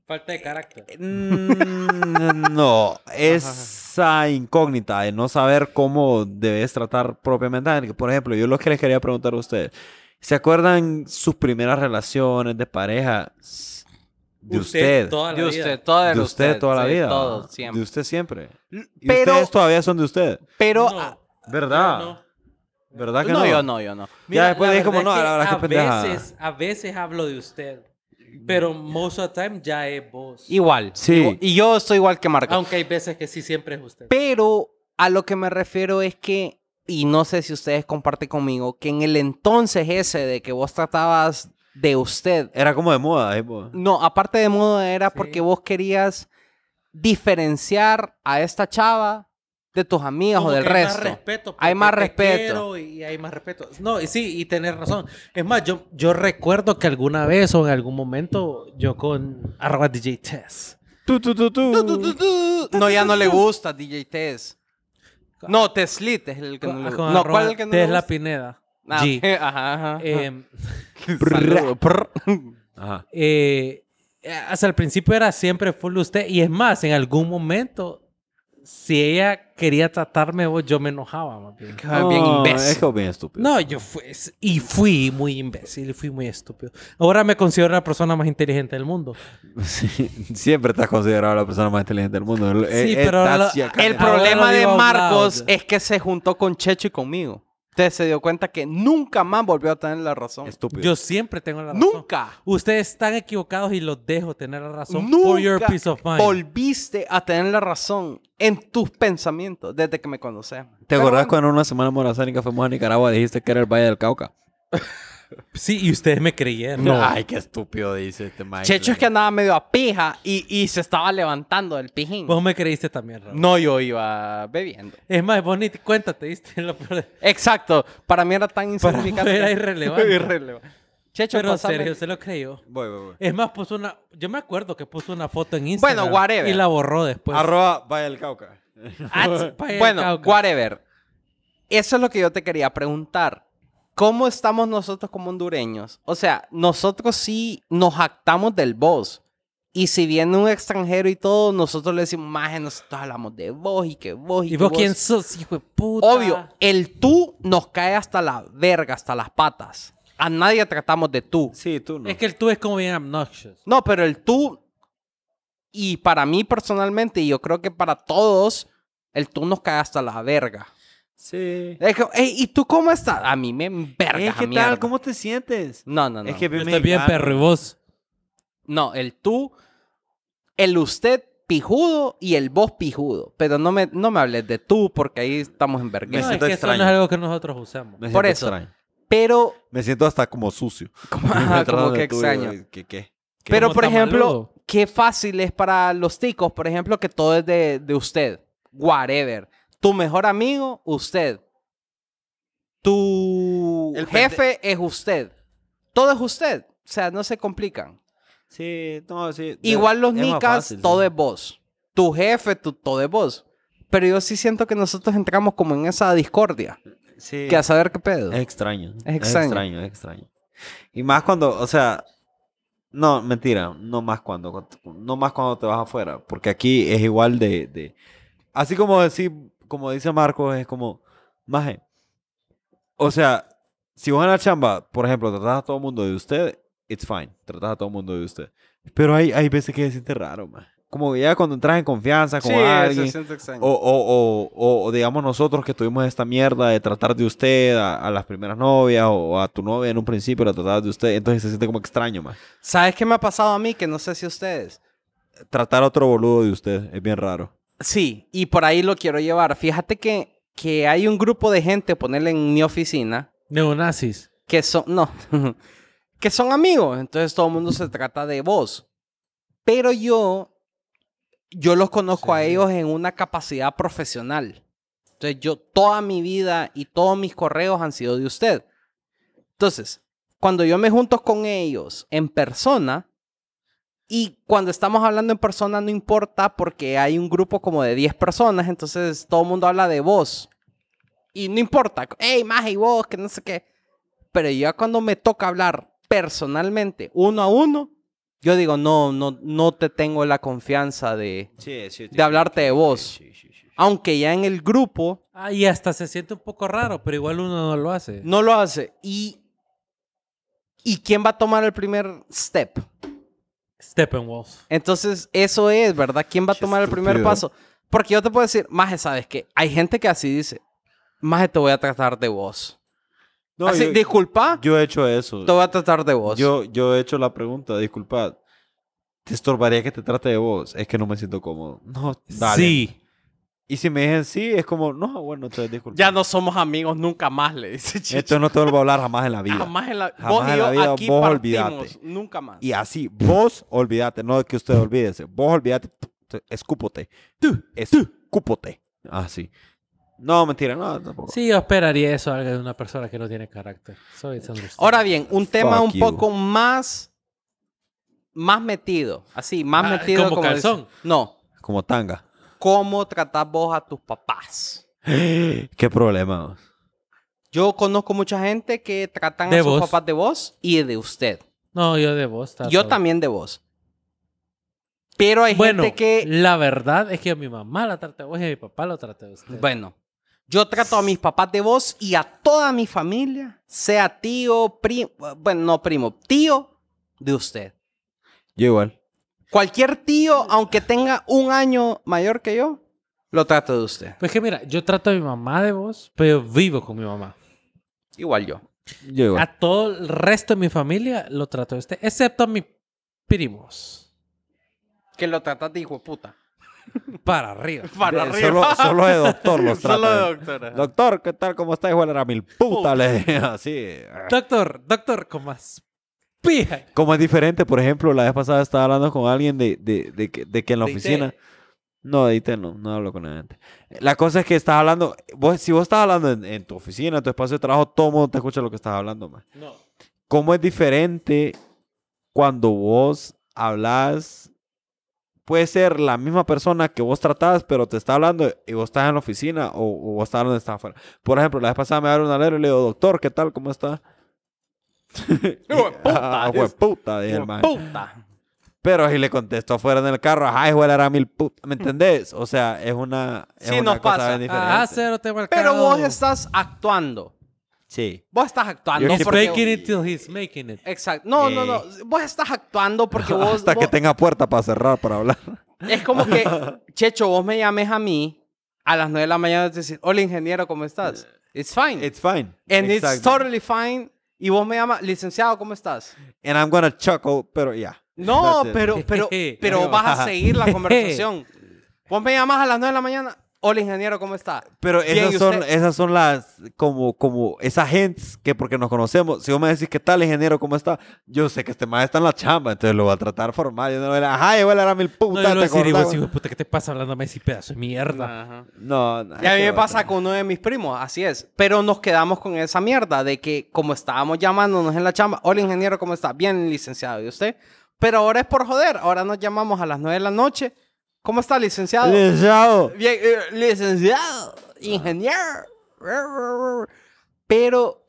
Speaker 3: Falta de carácter.
Speaker 2: Mm, no, esa incógnita de no saber cómo debes tratar propiamente a alguien. Por ejemplo, yo lo que les quería preguntar a ustedes, ¿se acuerdan sus primeras relaciones de pareja s- de usted?
Speaker 3: toda la
Speaker 1: de
Speaker 3: vida.
Speaker 1: usted, todo
Speaker 2: de
Speaker 1: era
Speaker 2: usted, toda la
Speaker 1: sí,
Speaker 2: vida.
Speaker 1: todo,
Speaker 2: ¿verdad?
Speaker 1: siempre.
Speaker 2: De usted siempre. Y
Speaker 1: Pero-
Speaker 2: ustedes todavía son de usted.
Speaker 1: Pero...
Speaker 3: No,
Speaker 1: ah,
Speaker 2: ¿Verdad?
Speaker 3: yo no.
Speaker 2: ¿Verdad que no?
Speaker 1: no, yo no, yo no.
Speaker 3: Mira,
Speaker 2: ya después
Speaker 3: la
Speaker 2: dije como,
Speaker 3: verdad
Speaker 2: no,
Speaker 3: es
Speaker 2: la verdad que
Speaker 3: que
Speaker 2: pendejada.
Speaker 3: a veces, a veces hablo de usted. Pero most of the time ya es vos.
Speaker 1: Igual.
Speaker 2: Sí.
Speaker 1: Y yo estoy igual que Marco.
Speaker 3: Aunque hay veces que sí siempre es usted.
Speaker 1: Pero a lo que me refiero es que, y no sé si ustedes comparten conmigo, que en el entonces ese de que vos tratabas de usted,
Speaker 2: Era como de moda. pues. ahí, po.
Speaker 1: no, aparte de moda era
Speaker 3: Sí.
Speaker 1: porque vos querías diferenciar a esta chava de tus amigas
Speaker 3: Como
Speaker 1: o del
Speaker 3: que hay más
Speaker 1: resto.
Speaker 3: respeto pues,
Speaker 1: Hay
Speaker 3: porque
Speaker 1: más
Speaker 3: te
Speaker 1: respeto.
Speaker 3: quiero Y hay más respeto. No, y sí, y tener razón. Es más, yo, yo recuerdo que alguna vez o en algún momento yo con arroba DJ Chess.
Speaker 2: Tu, tu, tu, tu.
Speaker 1: Tu, tu, tu, tu. No, ya no le gusta DJ Tess. No, Teslit es el que no
Speaker 3: Con,
Speaker 1: le gusta.
Speaker 3: ah, con
Speaker 1: No,
Speaker 3: arroba
Speaker 1: ¿cuál es el que no le
Speaker 3: Tess La
Speaker 1: gusta?
Speaker 3: Pineda.
Speaker 1: Ah,
Speaker 3: G.
Speaker 1: Ajá, ajá. ajá.
Speaker 3: Em,
Speaker 1: Saludo, prr.
Speaker 2: Ajá.
Speaker 3: eh, hasta el principio era siempre full usted. Y es más, en algún momento si ella quería tratarme, vos, yo me enojaba. más bien.
Speaker 1: Ah, bien
Speaker 2: No,
Speaker 1: imbécil.
Speaker 2: Es que es bien estúpido.
Speaker 3: No, yo fui, y fui muy imbécil, y fui muy estúpido. Ahora me considero la persona más inteligente del mundo.
Speaker 2: Sí, siempre estás considerado la persona más inteligente del mundo. El-
Speaker 3: Sí,
Speaker 2: eh, eh,
Speaker 3: pero
Speaker 2: estás
Speaker 3: la-
Speaker 2: si acaso-
Speaker 1: El
Speaker 3: Ahora
Speaker 1: problema
Speaker 3: lo
Speaker 1: de
Speaker 3: digo out
Speaker 1: Marcos
Speaker 3: loud.
Speaker 1: es que se juntó con Checho y conmigo. Entonces se dio cuenta que nunca más volvió a tener la razón.
Speaker 2: estúpido.
Speaker 3: Yo siempre tengo la razón.
Speaker 1: Nunca.
Speaker 3: Ustedes están equivocados y los dejo tener la razón. por your
Speaker 1: Nunca
Speaker 3: peace of mind.
Speaker 1: volviste a tener la razón en tus pensamientos desde que me conoces.
Speaker 2: ¿Te acordás cuando en una semana morazánica fuimos a Nicaragua dijiste que era el Valle del Cauca?
Speaker 3: Sí, y ustedes me creyeron.
Speaker 4: Ay, qué estúpido dice este Mike.
Speaker 1: Checho es que andaba medio a pija y, y se estaba levantando del pijín.
Speaker 3: Vos me creíste también, Raúl.
Speaker 1: No, yo iba bebiendo.
Speaker 3: Es más, vos ni te cuéntate, ¿viste? Lo peor de-
Speaker 1: Exacto. Para mí era tan
Speaker 3: Para vos
Speaker 1: insignificante.
Speaker 3: era irrelevante.
Speaker 1: Irrelevante. Checho,
Speaker 3: Pero
Speaker 1: pásame-
Speaker 3: Sergio se lo creyó.
Speaker 4: Voy, voy, voy.
Speaker 3: Es más, puso una... Yo me acuerdo que puso una foto en Instagram.
Speaker 1: whatever.
Speaker 3: Y la borró
Speaker 2: Pues-
Speaker 3: después.
Speaker 4: Arroba Valle del Cauca.
Speaker 3: Ats, pa' el
Speaker 1: Bueno,
Speaker 3: cauca.
Speaker 1: whatever. Eso es lo que yo te quería preguntar. ¿Cómo estamos nosotros como hondureños? O sea, nosotros sí nos jactamos del vos. Y si viene un extranjero y todo, nosotros le decimos, más nosotros hablamos de vos y que vos y,
Speaker 3: ¿Y
Speaker 1: que
Speaker 3: vos quién sos, hijo de puta?
Speaker 1: Obvio, el tú nos cae hasta la verga, hasta las patas. A nadie tratamos de tú.
Speaker 2: Sí, tú no.
Speaker 3: Es que el tú es como bien obnoxious.
Speaker 1: No, pero el tú, y para mí personalmente, y yo creo que para todos, el tú nos cae hasta la verga.
Speaker 2: Sí.
Speaker 1: Es que, "Ey, ¿y tú cómo estás? A mí me verga.
Speaker 2: Eh, ¿Qué tal? ¿Cómo te sientes?
Speaker 1: No, no, no.
Speaker 2: Es que
Speaker 3: Yo
Speaker 2: bien
Speaker 3: estoy bien,
Speaker 2: mexicano.
Speaker 3: perro, y vos.
Speaker 1: No, el tú, el usted pijudo y el vos pijudo. Pero no me, no me hables de tú porque ahí estamos en verga.
Speaker 4: Me
Speaker 3: no,
Speaker 4: siento
Speaker 3: es que
Speaker 4: extraño.
Speaker 3: eso no es algo que nosotros usamos.
Speaker 2: Me
Speaker 1: Por eso.
Speaker 2: siento extraño.
Speaker 1: Pero,
Speaker 4: Me siento hasta como sucio.
Speaker 1: como,
Speaker 4: Me tratan
Speaker 1: que
Speaker 4: de tuyo,
Speaker 1: extraño.
Speaker 4: y ¿Qué, qué?
Speaker 3: Que
Speaker 1: Pero,
Speaker 3: como
Speaker 1: por ejemplo,
Speaker 3: tamaludo.
Speaker 1: qué fácil es para los ticos, por ejemplo, que todo es de, de usted. Whatever. Tu mejor amigo, usted. Tu
Speaker 4: El pende-
Speaker 1: jefe es usted. Todo es usted. O sea, no se complican.
Speaker 2: Sí, no, sí. de-
Speaker 1: Igual los
Speaker 2: es más
Speaker 1: nicas,
Speaker 2: fácil,
Speaker 1: todo
Speaker 2: sí.
Speaker 1: es vos. Tu jefe, tu- todo es vos. Pero yo sí siento que nosotros entramos como en esa discordia.
Speaker 2: Sí.
Speaker 1: Que a saber qué pedo.
Speaker 2: Es extraño.
Speaker 1: Es extraño.
Speaker 2: Es extraño, es extraño. Y más cuando, o sea, no, mentira, no más cuando, cuando- no más cuando te vas afuera, porque aquí es igual de, de- así como decir, como dice Marcos, es como, maje, o sea, si vos en la chamba, por ejemplo, tratás a todo el mundo de usted, it's fine, tratás a todo el mundo de usted, pero hay, hay veces que decirte raro, maje. Como ya cuando entras en confianza con alguien,
Speaker 1: siente extraño.
Speaker 2: o, o- o- o- o digamos nosotros que tuvimos esta mierda de tratar de usted a, a las primeras novias o a tu novia en un principio la tratabas de usted, entonces se siente como extraño más.
Speaker 1: ¿Sabes qué me ha pasado a mí? Que no sé si ustedes.
Speaker 2: Tratar a otro boludo de usted es bien raro.
Speaker 1: Sí, y por ahí lo quiero llevar. Fíjate que, que hay un grupo de gente, ponerle en mi oficina,
Speaker 3: Neonazis.
Speaker 1: que son, no, que son amigos. Entonces todo el mundo se trata de vos. Pero yo, yo los conozco a ellos en una capacidad profesional. Entonces yo, toda mi vida y todos mis correos han sido de usted. Entonces, cuando yo me junto con ellos en persona, y cuando estamos hablando en persona no importa porque hay un grupo como de 10 personas, entonces todo el mundo habla de vos. Y no importa, hey, más y vos, que no sé qué. Pero ya cuando me toca hablar personalmente, uno a uno, yo digo, no, no, no te tengo la confianza de... De hablarte de vos. Ah, Aunque ya en el grupo
Speaker 3: Ah, y hasta se siente un poco raro, pero igual uno no lo hace.
Speaker 1: no lo hace. ¿Y, ¿y quién va a tomar el primer step?
Speaker 3: Steppenwolf.
Speaker 1: Entonces, eso es, ¿verdad? ¿Quién va a
Speaker 4: Qué
Speaker 1: tomar el primer
Speaker 4: estúpido.
Speaker 1: paso? Porque yo te puedo decir, Maje, ¿sabes qué? Hay gente que así dice, Maje, te voy a tratar de vos.
Speaker 2: No,
Speaker 1: así,
Speaker 2: yo,
Speaker 1: ah, disculpa,
Speaker 2: yo he hecho eso.
Speaker 1: te voy a tratar de vos.
Speaker 2: Yo, yo he hecho la pregunta, disculpad. ¿Te estorbaría que te trate de vos? Es que no me siento cómodo. No, dale.
Speaker 3: Sí.
Speaker 2: Y si me dicen sí, es como, no, bueno, entonces disculpa.
Speaker 1: ya no somos amigos nunca más, le dice Chicho.
Speaker 2: Esto no te vuelvo a hablar jamás en la vida.
Speaker 1: Jamás en la,
Speaker 2: Jamás
Speaker 1: vos y
Speaker 2: en la
Speaker 1: yo
Speaker 2: vida,
Speaker 1: aquí
Speaker 2: vos
Speaker 1: partimos,
Speaker 2: olvídate.
Speaker 1: nunca más.
Speaker 2: Y así, vos olvídate, no es que usted olvídese, vos olvídate, te- escúpote. Tú, escúpote. Así. No, mentira, no, tampoco.
Speaker 3: Sí, yo esperaría eso algo de una persona que no tiene carácter. So it's understandable.
Speaker 1: Ahora bien, un tema
Speaker 2: Fuck
Speaker 1: un
Speaker 2: you.
Speaker 1: poco más más metido, así, más
Speaker 3: Ah,
Speaker 1: metido
Speaker 3: como
Speaker 1: dice-
Speaker 3: calzón.
Speaker 1: No,
Speaker 2: Como tanga.
Speaker 1: ¿cómo tratás vos a tus papás?
Speaker 2: Qué problema.
Speaker 1: Yo conozco mucha gente que tratan
Speaker 3: De
Speaker 1: a sus
Speaker 3: vos.
Speaker 1: papás de vos y de usted.
Speaker 3: No, yo de vos. trato.
Speaker 1: Yo también de vos. Pero hay
Speaker 3: Bueno,
Speaker 1: gente que.
Speaker 3: la verdad es que a mi mamá la trata de vos y a mi papá lo trata de usted.
Speaker 1: Bueno, yo trato a mis papás de vos y a toda mi familia, sea tío, primo. Bueno, no primo, tío de usted.
Speaker 2: Yo igual.
Speaker 1: Cualquier tío, aunque tenga un año mayor que yo, lo trato de usted.
Speaker 3: Pues que mira, yo trato a mi mamá de vos, pero vivo con mi mamá.
Speaker 1: Igual yo.
Speaker 2: Yo igual.
Speaker 3: A todo el resto de mi familia lo trato de usted, excepto a mis primos.
Speaker 1: Que lo tratas de hijo de puta.
Speaker 3: Para arriba.
Speaker 1: Para
Speaker 2: Eh,
Speaker 1: arriba.
Speaker 2: Solo, solo de doctor los trata.
Speaker 1: Solo doctora.
Speaker 2: Doctor, ¿qué tal? ¿Cómo está? Igual era mil puta, le dije así. eh.
Speaker 3: Doctor, doctor, con más pija.
Speaker 2: Como es diferente, por ejemplo, la vez pasada estaba hablando con alguien de, de, de que, de que en la
Speaker 1: De IT.
Speaker 2: oficina... No, de IT no, no hablo con la gente. La cosa es que estás hablando, vos, si vos estás hablando en, en tu oficina, en tu espacio de trabajo, todo mundo te escucha lo que estás hablando, más.
Speaker 3: No.
Speaker 2: ¿Cómo es diferente cuando vos hablas? Puede ser la misma persona que vos tratás, pero te está hablando y vos estás en la oficina o, o vos estás donde está afuera. Por ejemplo, la vez pasada me abre una letra y le digo, doctor, ¿qué tal? ¿Cómo está?
Speaker 1: puta,
Speaker 2: Ah, hueputa, dije el
Speaker 1: Hijo de
Speaker 2: man.
Speaker 1: puta.
Speaker 2: Pero si le contesto afuera en el carro, ajá, hijo de la gran mil puta. ¿Me entendés? O sea, es una. Es
Speaker 1: Sí,
Speaker 2: una
Speaker 1: nos
Speaker 2: cosa
Speaker 1: pasa.
Speaker 2: bien diferente.
Speaker 3: Ah, cero te he marcado.
Speaker 1: Pero vos estás actuando.
Speaker 2: Sí.
Speaker 1: Vos estás actuando.
Speaker 2: Yo
Speaker 3: He's
Speaker 2: sí
Speaker 1: porque-
Speaker 3: making it till he's making it.
Speaker 1: Exacto. No, no, no. Vos estás actuando porque vos.
Speaker 2: Eh. Hasta que
Speaker 1: vos-
Speaker 2: tenga puerta para cerrar, para hablar.
Speaker 1: Es como que, Checho, vos me llames a mí a las 9 de la mañana y te decís, hola ingeniero, ¿cómo estás? It's fine.
Speaker 2: Eh, It's fine.
Speaker 1: And it's
Speaker 2: Exacto.
Speaker 1: totally fine. Y vos me llamas, licenciado, ¿cómo estás?
Speaker 2: And I'm gonna chuckle, pero ya.
Speaker 1: No,
Speaker 2: That's it.
Speaker 1: pero, pero, pero vas a seguir la conversación. Vos me llamas a las 9 de la mañana, hola ingeniero, ¿cómo está?
Speaker 2: Pero
Speaker 1: Bien, ¿y
Speaker 2: esas son,
Speaker 1: usted?
Speaker 2: esas son las, como, como, esas gentes que porque nos conocemos, si vos me decís qué tal, ingeniero, cómo está, yo sé que este maestro está en la chamba, entonces lo voy a tratar formal, yo no le voy a decir, ajá, yo voy a hablar a mil
Speaker 3: No,
Speaker 2: putas,
Speaker 3: yo lo
Speaker 2: ¿te
Speaker 3: decir, y vos,
Speaker 2: acordás?"
Speaker 3: hijo de puta, ¿qué te pasa hablando a Messi, pedazo de mierda?
Speaker 1: Ajá.
Speaker 2: No, no,
Speaker 1: Y a mí
Speaker 2: qué
Speaker 1: me
Speaker 2: va
Speaker 1: pasa
Speaker 2: hacer.
Speaker 1: con uno de mis primos, así es. Pero nos quedamos con esa mierda de que como estábamos llamándonos en la chamba, hola ingeniero, ¿cómo está? Bien, licenciado, ¿y usted? Pero ahora es por joder, ahora nos llamamos a las 9 de la noche. ¿Cómo está, licenciado?
Speaker 2: Licenciado.
Speaker 1: Bien, eh, licenciado, ingeniero. Pero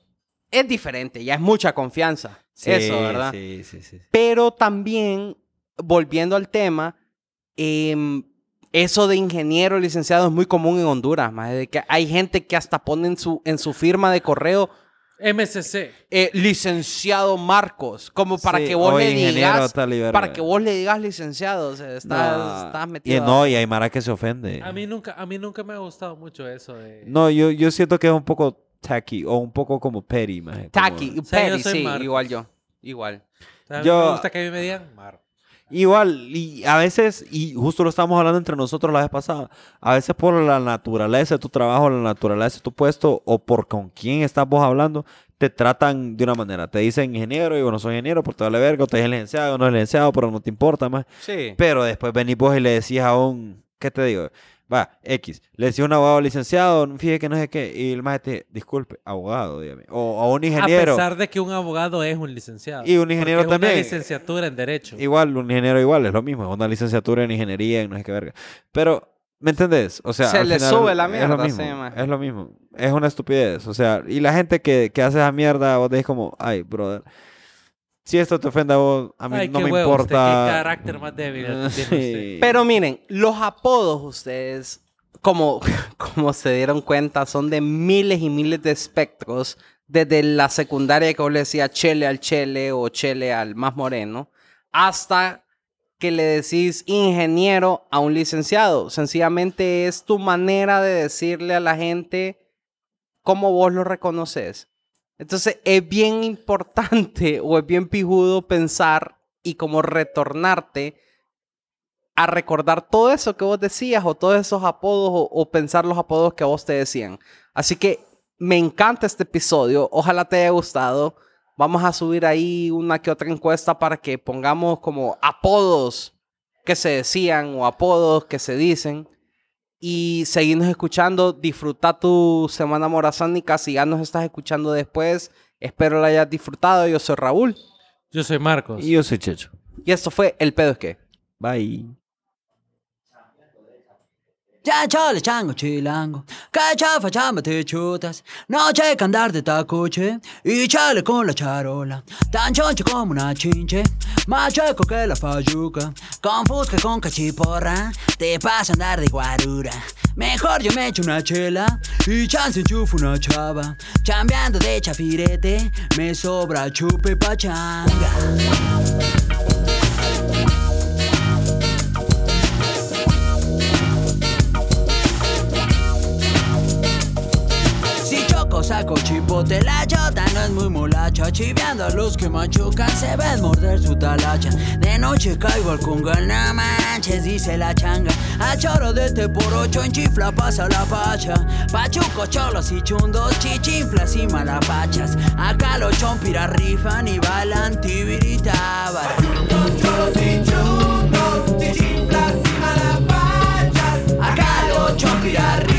Speaker 1: es diferente, ya es mucha confianza. Eso, ¿verdad?
Speaker 2: Sí, sí, sí.
Speaker 1: Pero también, volviendo al tema, em, eso de ingeniero, licenciado, es muy común en Honduras, más de que hay gente que hasta pone en su, en su firma de correo
Speaker 3: MSC.
Speaker 1: eh, licenciado Marcos, como para
Speaker 2: Sí,
Speaker 1: que vos
Speaker 2: oye,
Speaker 1: le
Speaker 2: ingeniero,
Speaker 1: digas,
Speaker 2: tal y verga.
Speaker 1: para que vos le digas licenciado, o sea, estás,
Speaker 2: No.
Speaker 1: estás
Speaker 2: Y
Speaker 1: metido.
Speaker 2: no, y hay Mara que se ofende.
Speaker 3: A mí nunca, a mí nunca me ha gustado mucho eso de...
Speaker 2: No, yo, yo siento que es un poco tacky o un poco como petty, maje, como-
Speaker 1: Taki,
Speaker 3: O sea, yo
Speaker 1: Petty,
Speaker 3: soy
Speaker 1: sí,
Speaker 3: Marcos.
Speaker 1: igual yo, igual.
Speaker 3: O sea, a mí
Speaker 2: Yo-
Speaker 3: me gusta que a mí me digan, Mar.
Speaker 2: Igual, y a veces, y justo lo estábamos hablando entre nosotros la vez pasada, a veces por la naturaleza de tu trabajo, la naturaleza de tu puesto o por con quién estás vos hablando, te tratan de una manera. Te dicen ingeniero, yo no soy ingeniero, por te vale verga, o te dicen licenciado, no es licenciado, pero no te importa más.
Speaker 1: Sí.
Speaker 2: Pero después venís vos y le decís a un, ¿qué te digo? Va, X, le decís a un abogado licenciado, fíjate que no sé qué, y el maestro te dice, disculpe, abogado, dígame, o a un ingeniero.
Speaker 3: A pesar de que un abogado es un licenciado.
Speaker 2: Y un ingeniero
Speaker 3: Porque es
Speaker 2: también.
Speaker 3: Una licenciatura en Derecho.
Speaker 2: Igual, un ingeniero igual, es lo mismo. Una licenciatura en ingeniería, en no sé qué verga. Pero, ¿me entendés? O sea,
Speaker 1: Se
Speaker 2: al
Speaker 1: le
Speaker 2: final
Speaker 1: sube la
Speaker 2: Es
Speaker 1: mierda,
Speaker 2: lo mismo.
Speaker 1: sí, maje.
Speaker 2: es lo mismo. Es una estupidez. O sea, y la gente que, que hace esa mierda, vos decís como, ay, brother. Si esto te ofende a vos, a mí
Speaker 3: Ay,
Speaker 2: no
Speaker 3: qué
Speaker 2: me
Speaker 3: huevo, usted,
Speaker 2: importa.
Speaker 3: qué carácter más débil tiene usted.
Speaker 1: Pero miren, los apodos ustedes, como, como se dieron cuenta, son de miles y miles de espectros. Desde la secundaria que vos le decía chele al chele o chele al más moreno, hasta que le decís ingeniero a un licenciado. Sencillamente es tu manera de decirle a la gente cómo vos lo reconoces. Entonces es bien importante o es bien pijudo pensar y como retornarte a recordar todo eso que vos decías o todos esos apodos o, o pensar los apodos que a vos te decían. Así que me encanta este episodio. Ojalá te haya gustado. Vamos a subir ahí una que otra encuesta para que pongamos como apodos que se decían o apodos que se dicen. Y seguirnos escuchando. Disfruta tu semana morazánica. Si ya nos estás escuchando después, espero la hayas disfrutado. Yo soy Raúl.
Speaker 3: Yo soy Marcos.
Speaker 2: Y yo soy Checho.
Speaker 1: Y esto fue El Pedo es que.
Speaker 2: Bye.
Speaker 5: Ya chole, chango, chilango. Que chafa, chamba, te chutas. Noche que andar de tacuche. Y chale con la charola. Tan choncho como una chinche. Más chueco que la fayuca. Con fusca y con cachiporra. Te pasa a andar de guarura. Mejor yo me echo una chela. Y chance enchufo una chava. Chambeando de chafirete. Me sobra chupe pachanga. Si choco, saco chipote, la chota no es muy molacha. Chiveando a los que machucan, se ven morder su talacha. De noche caigo al conga, no manches, dice la changa. A choro de este por ocho, en chifla pasa la pacha. Pachuco, cholos y chundos, chichinflas y malapachas. Acá los chompiras rifan y bailan tibiritabas. Acá los chompiras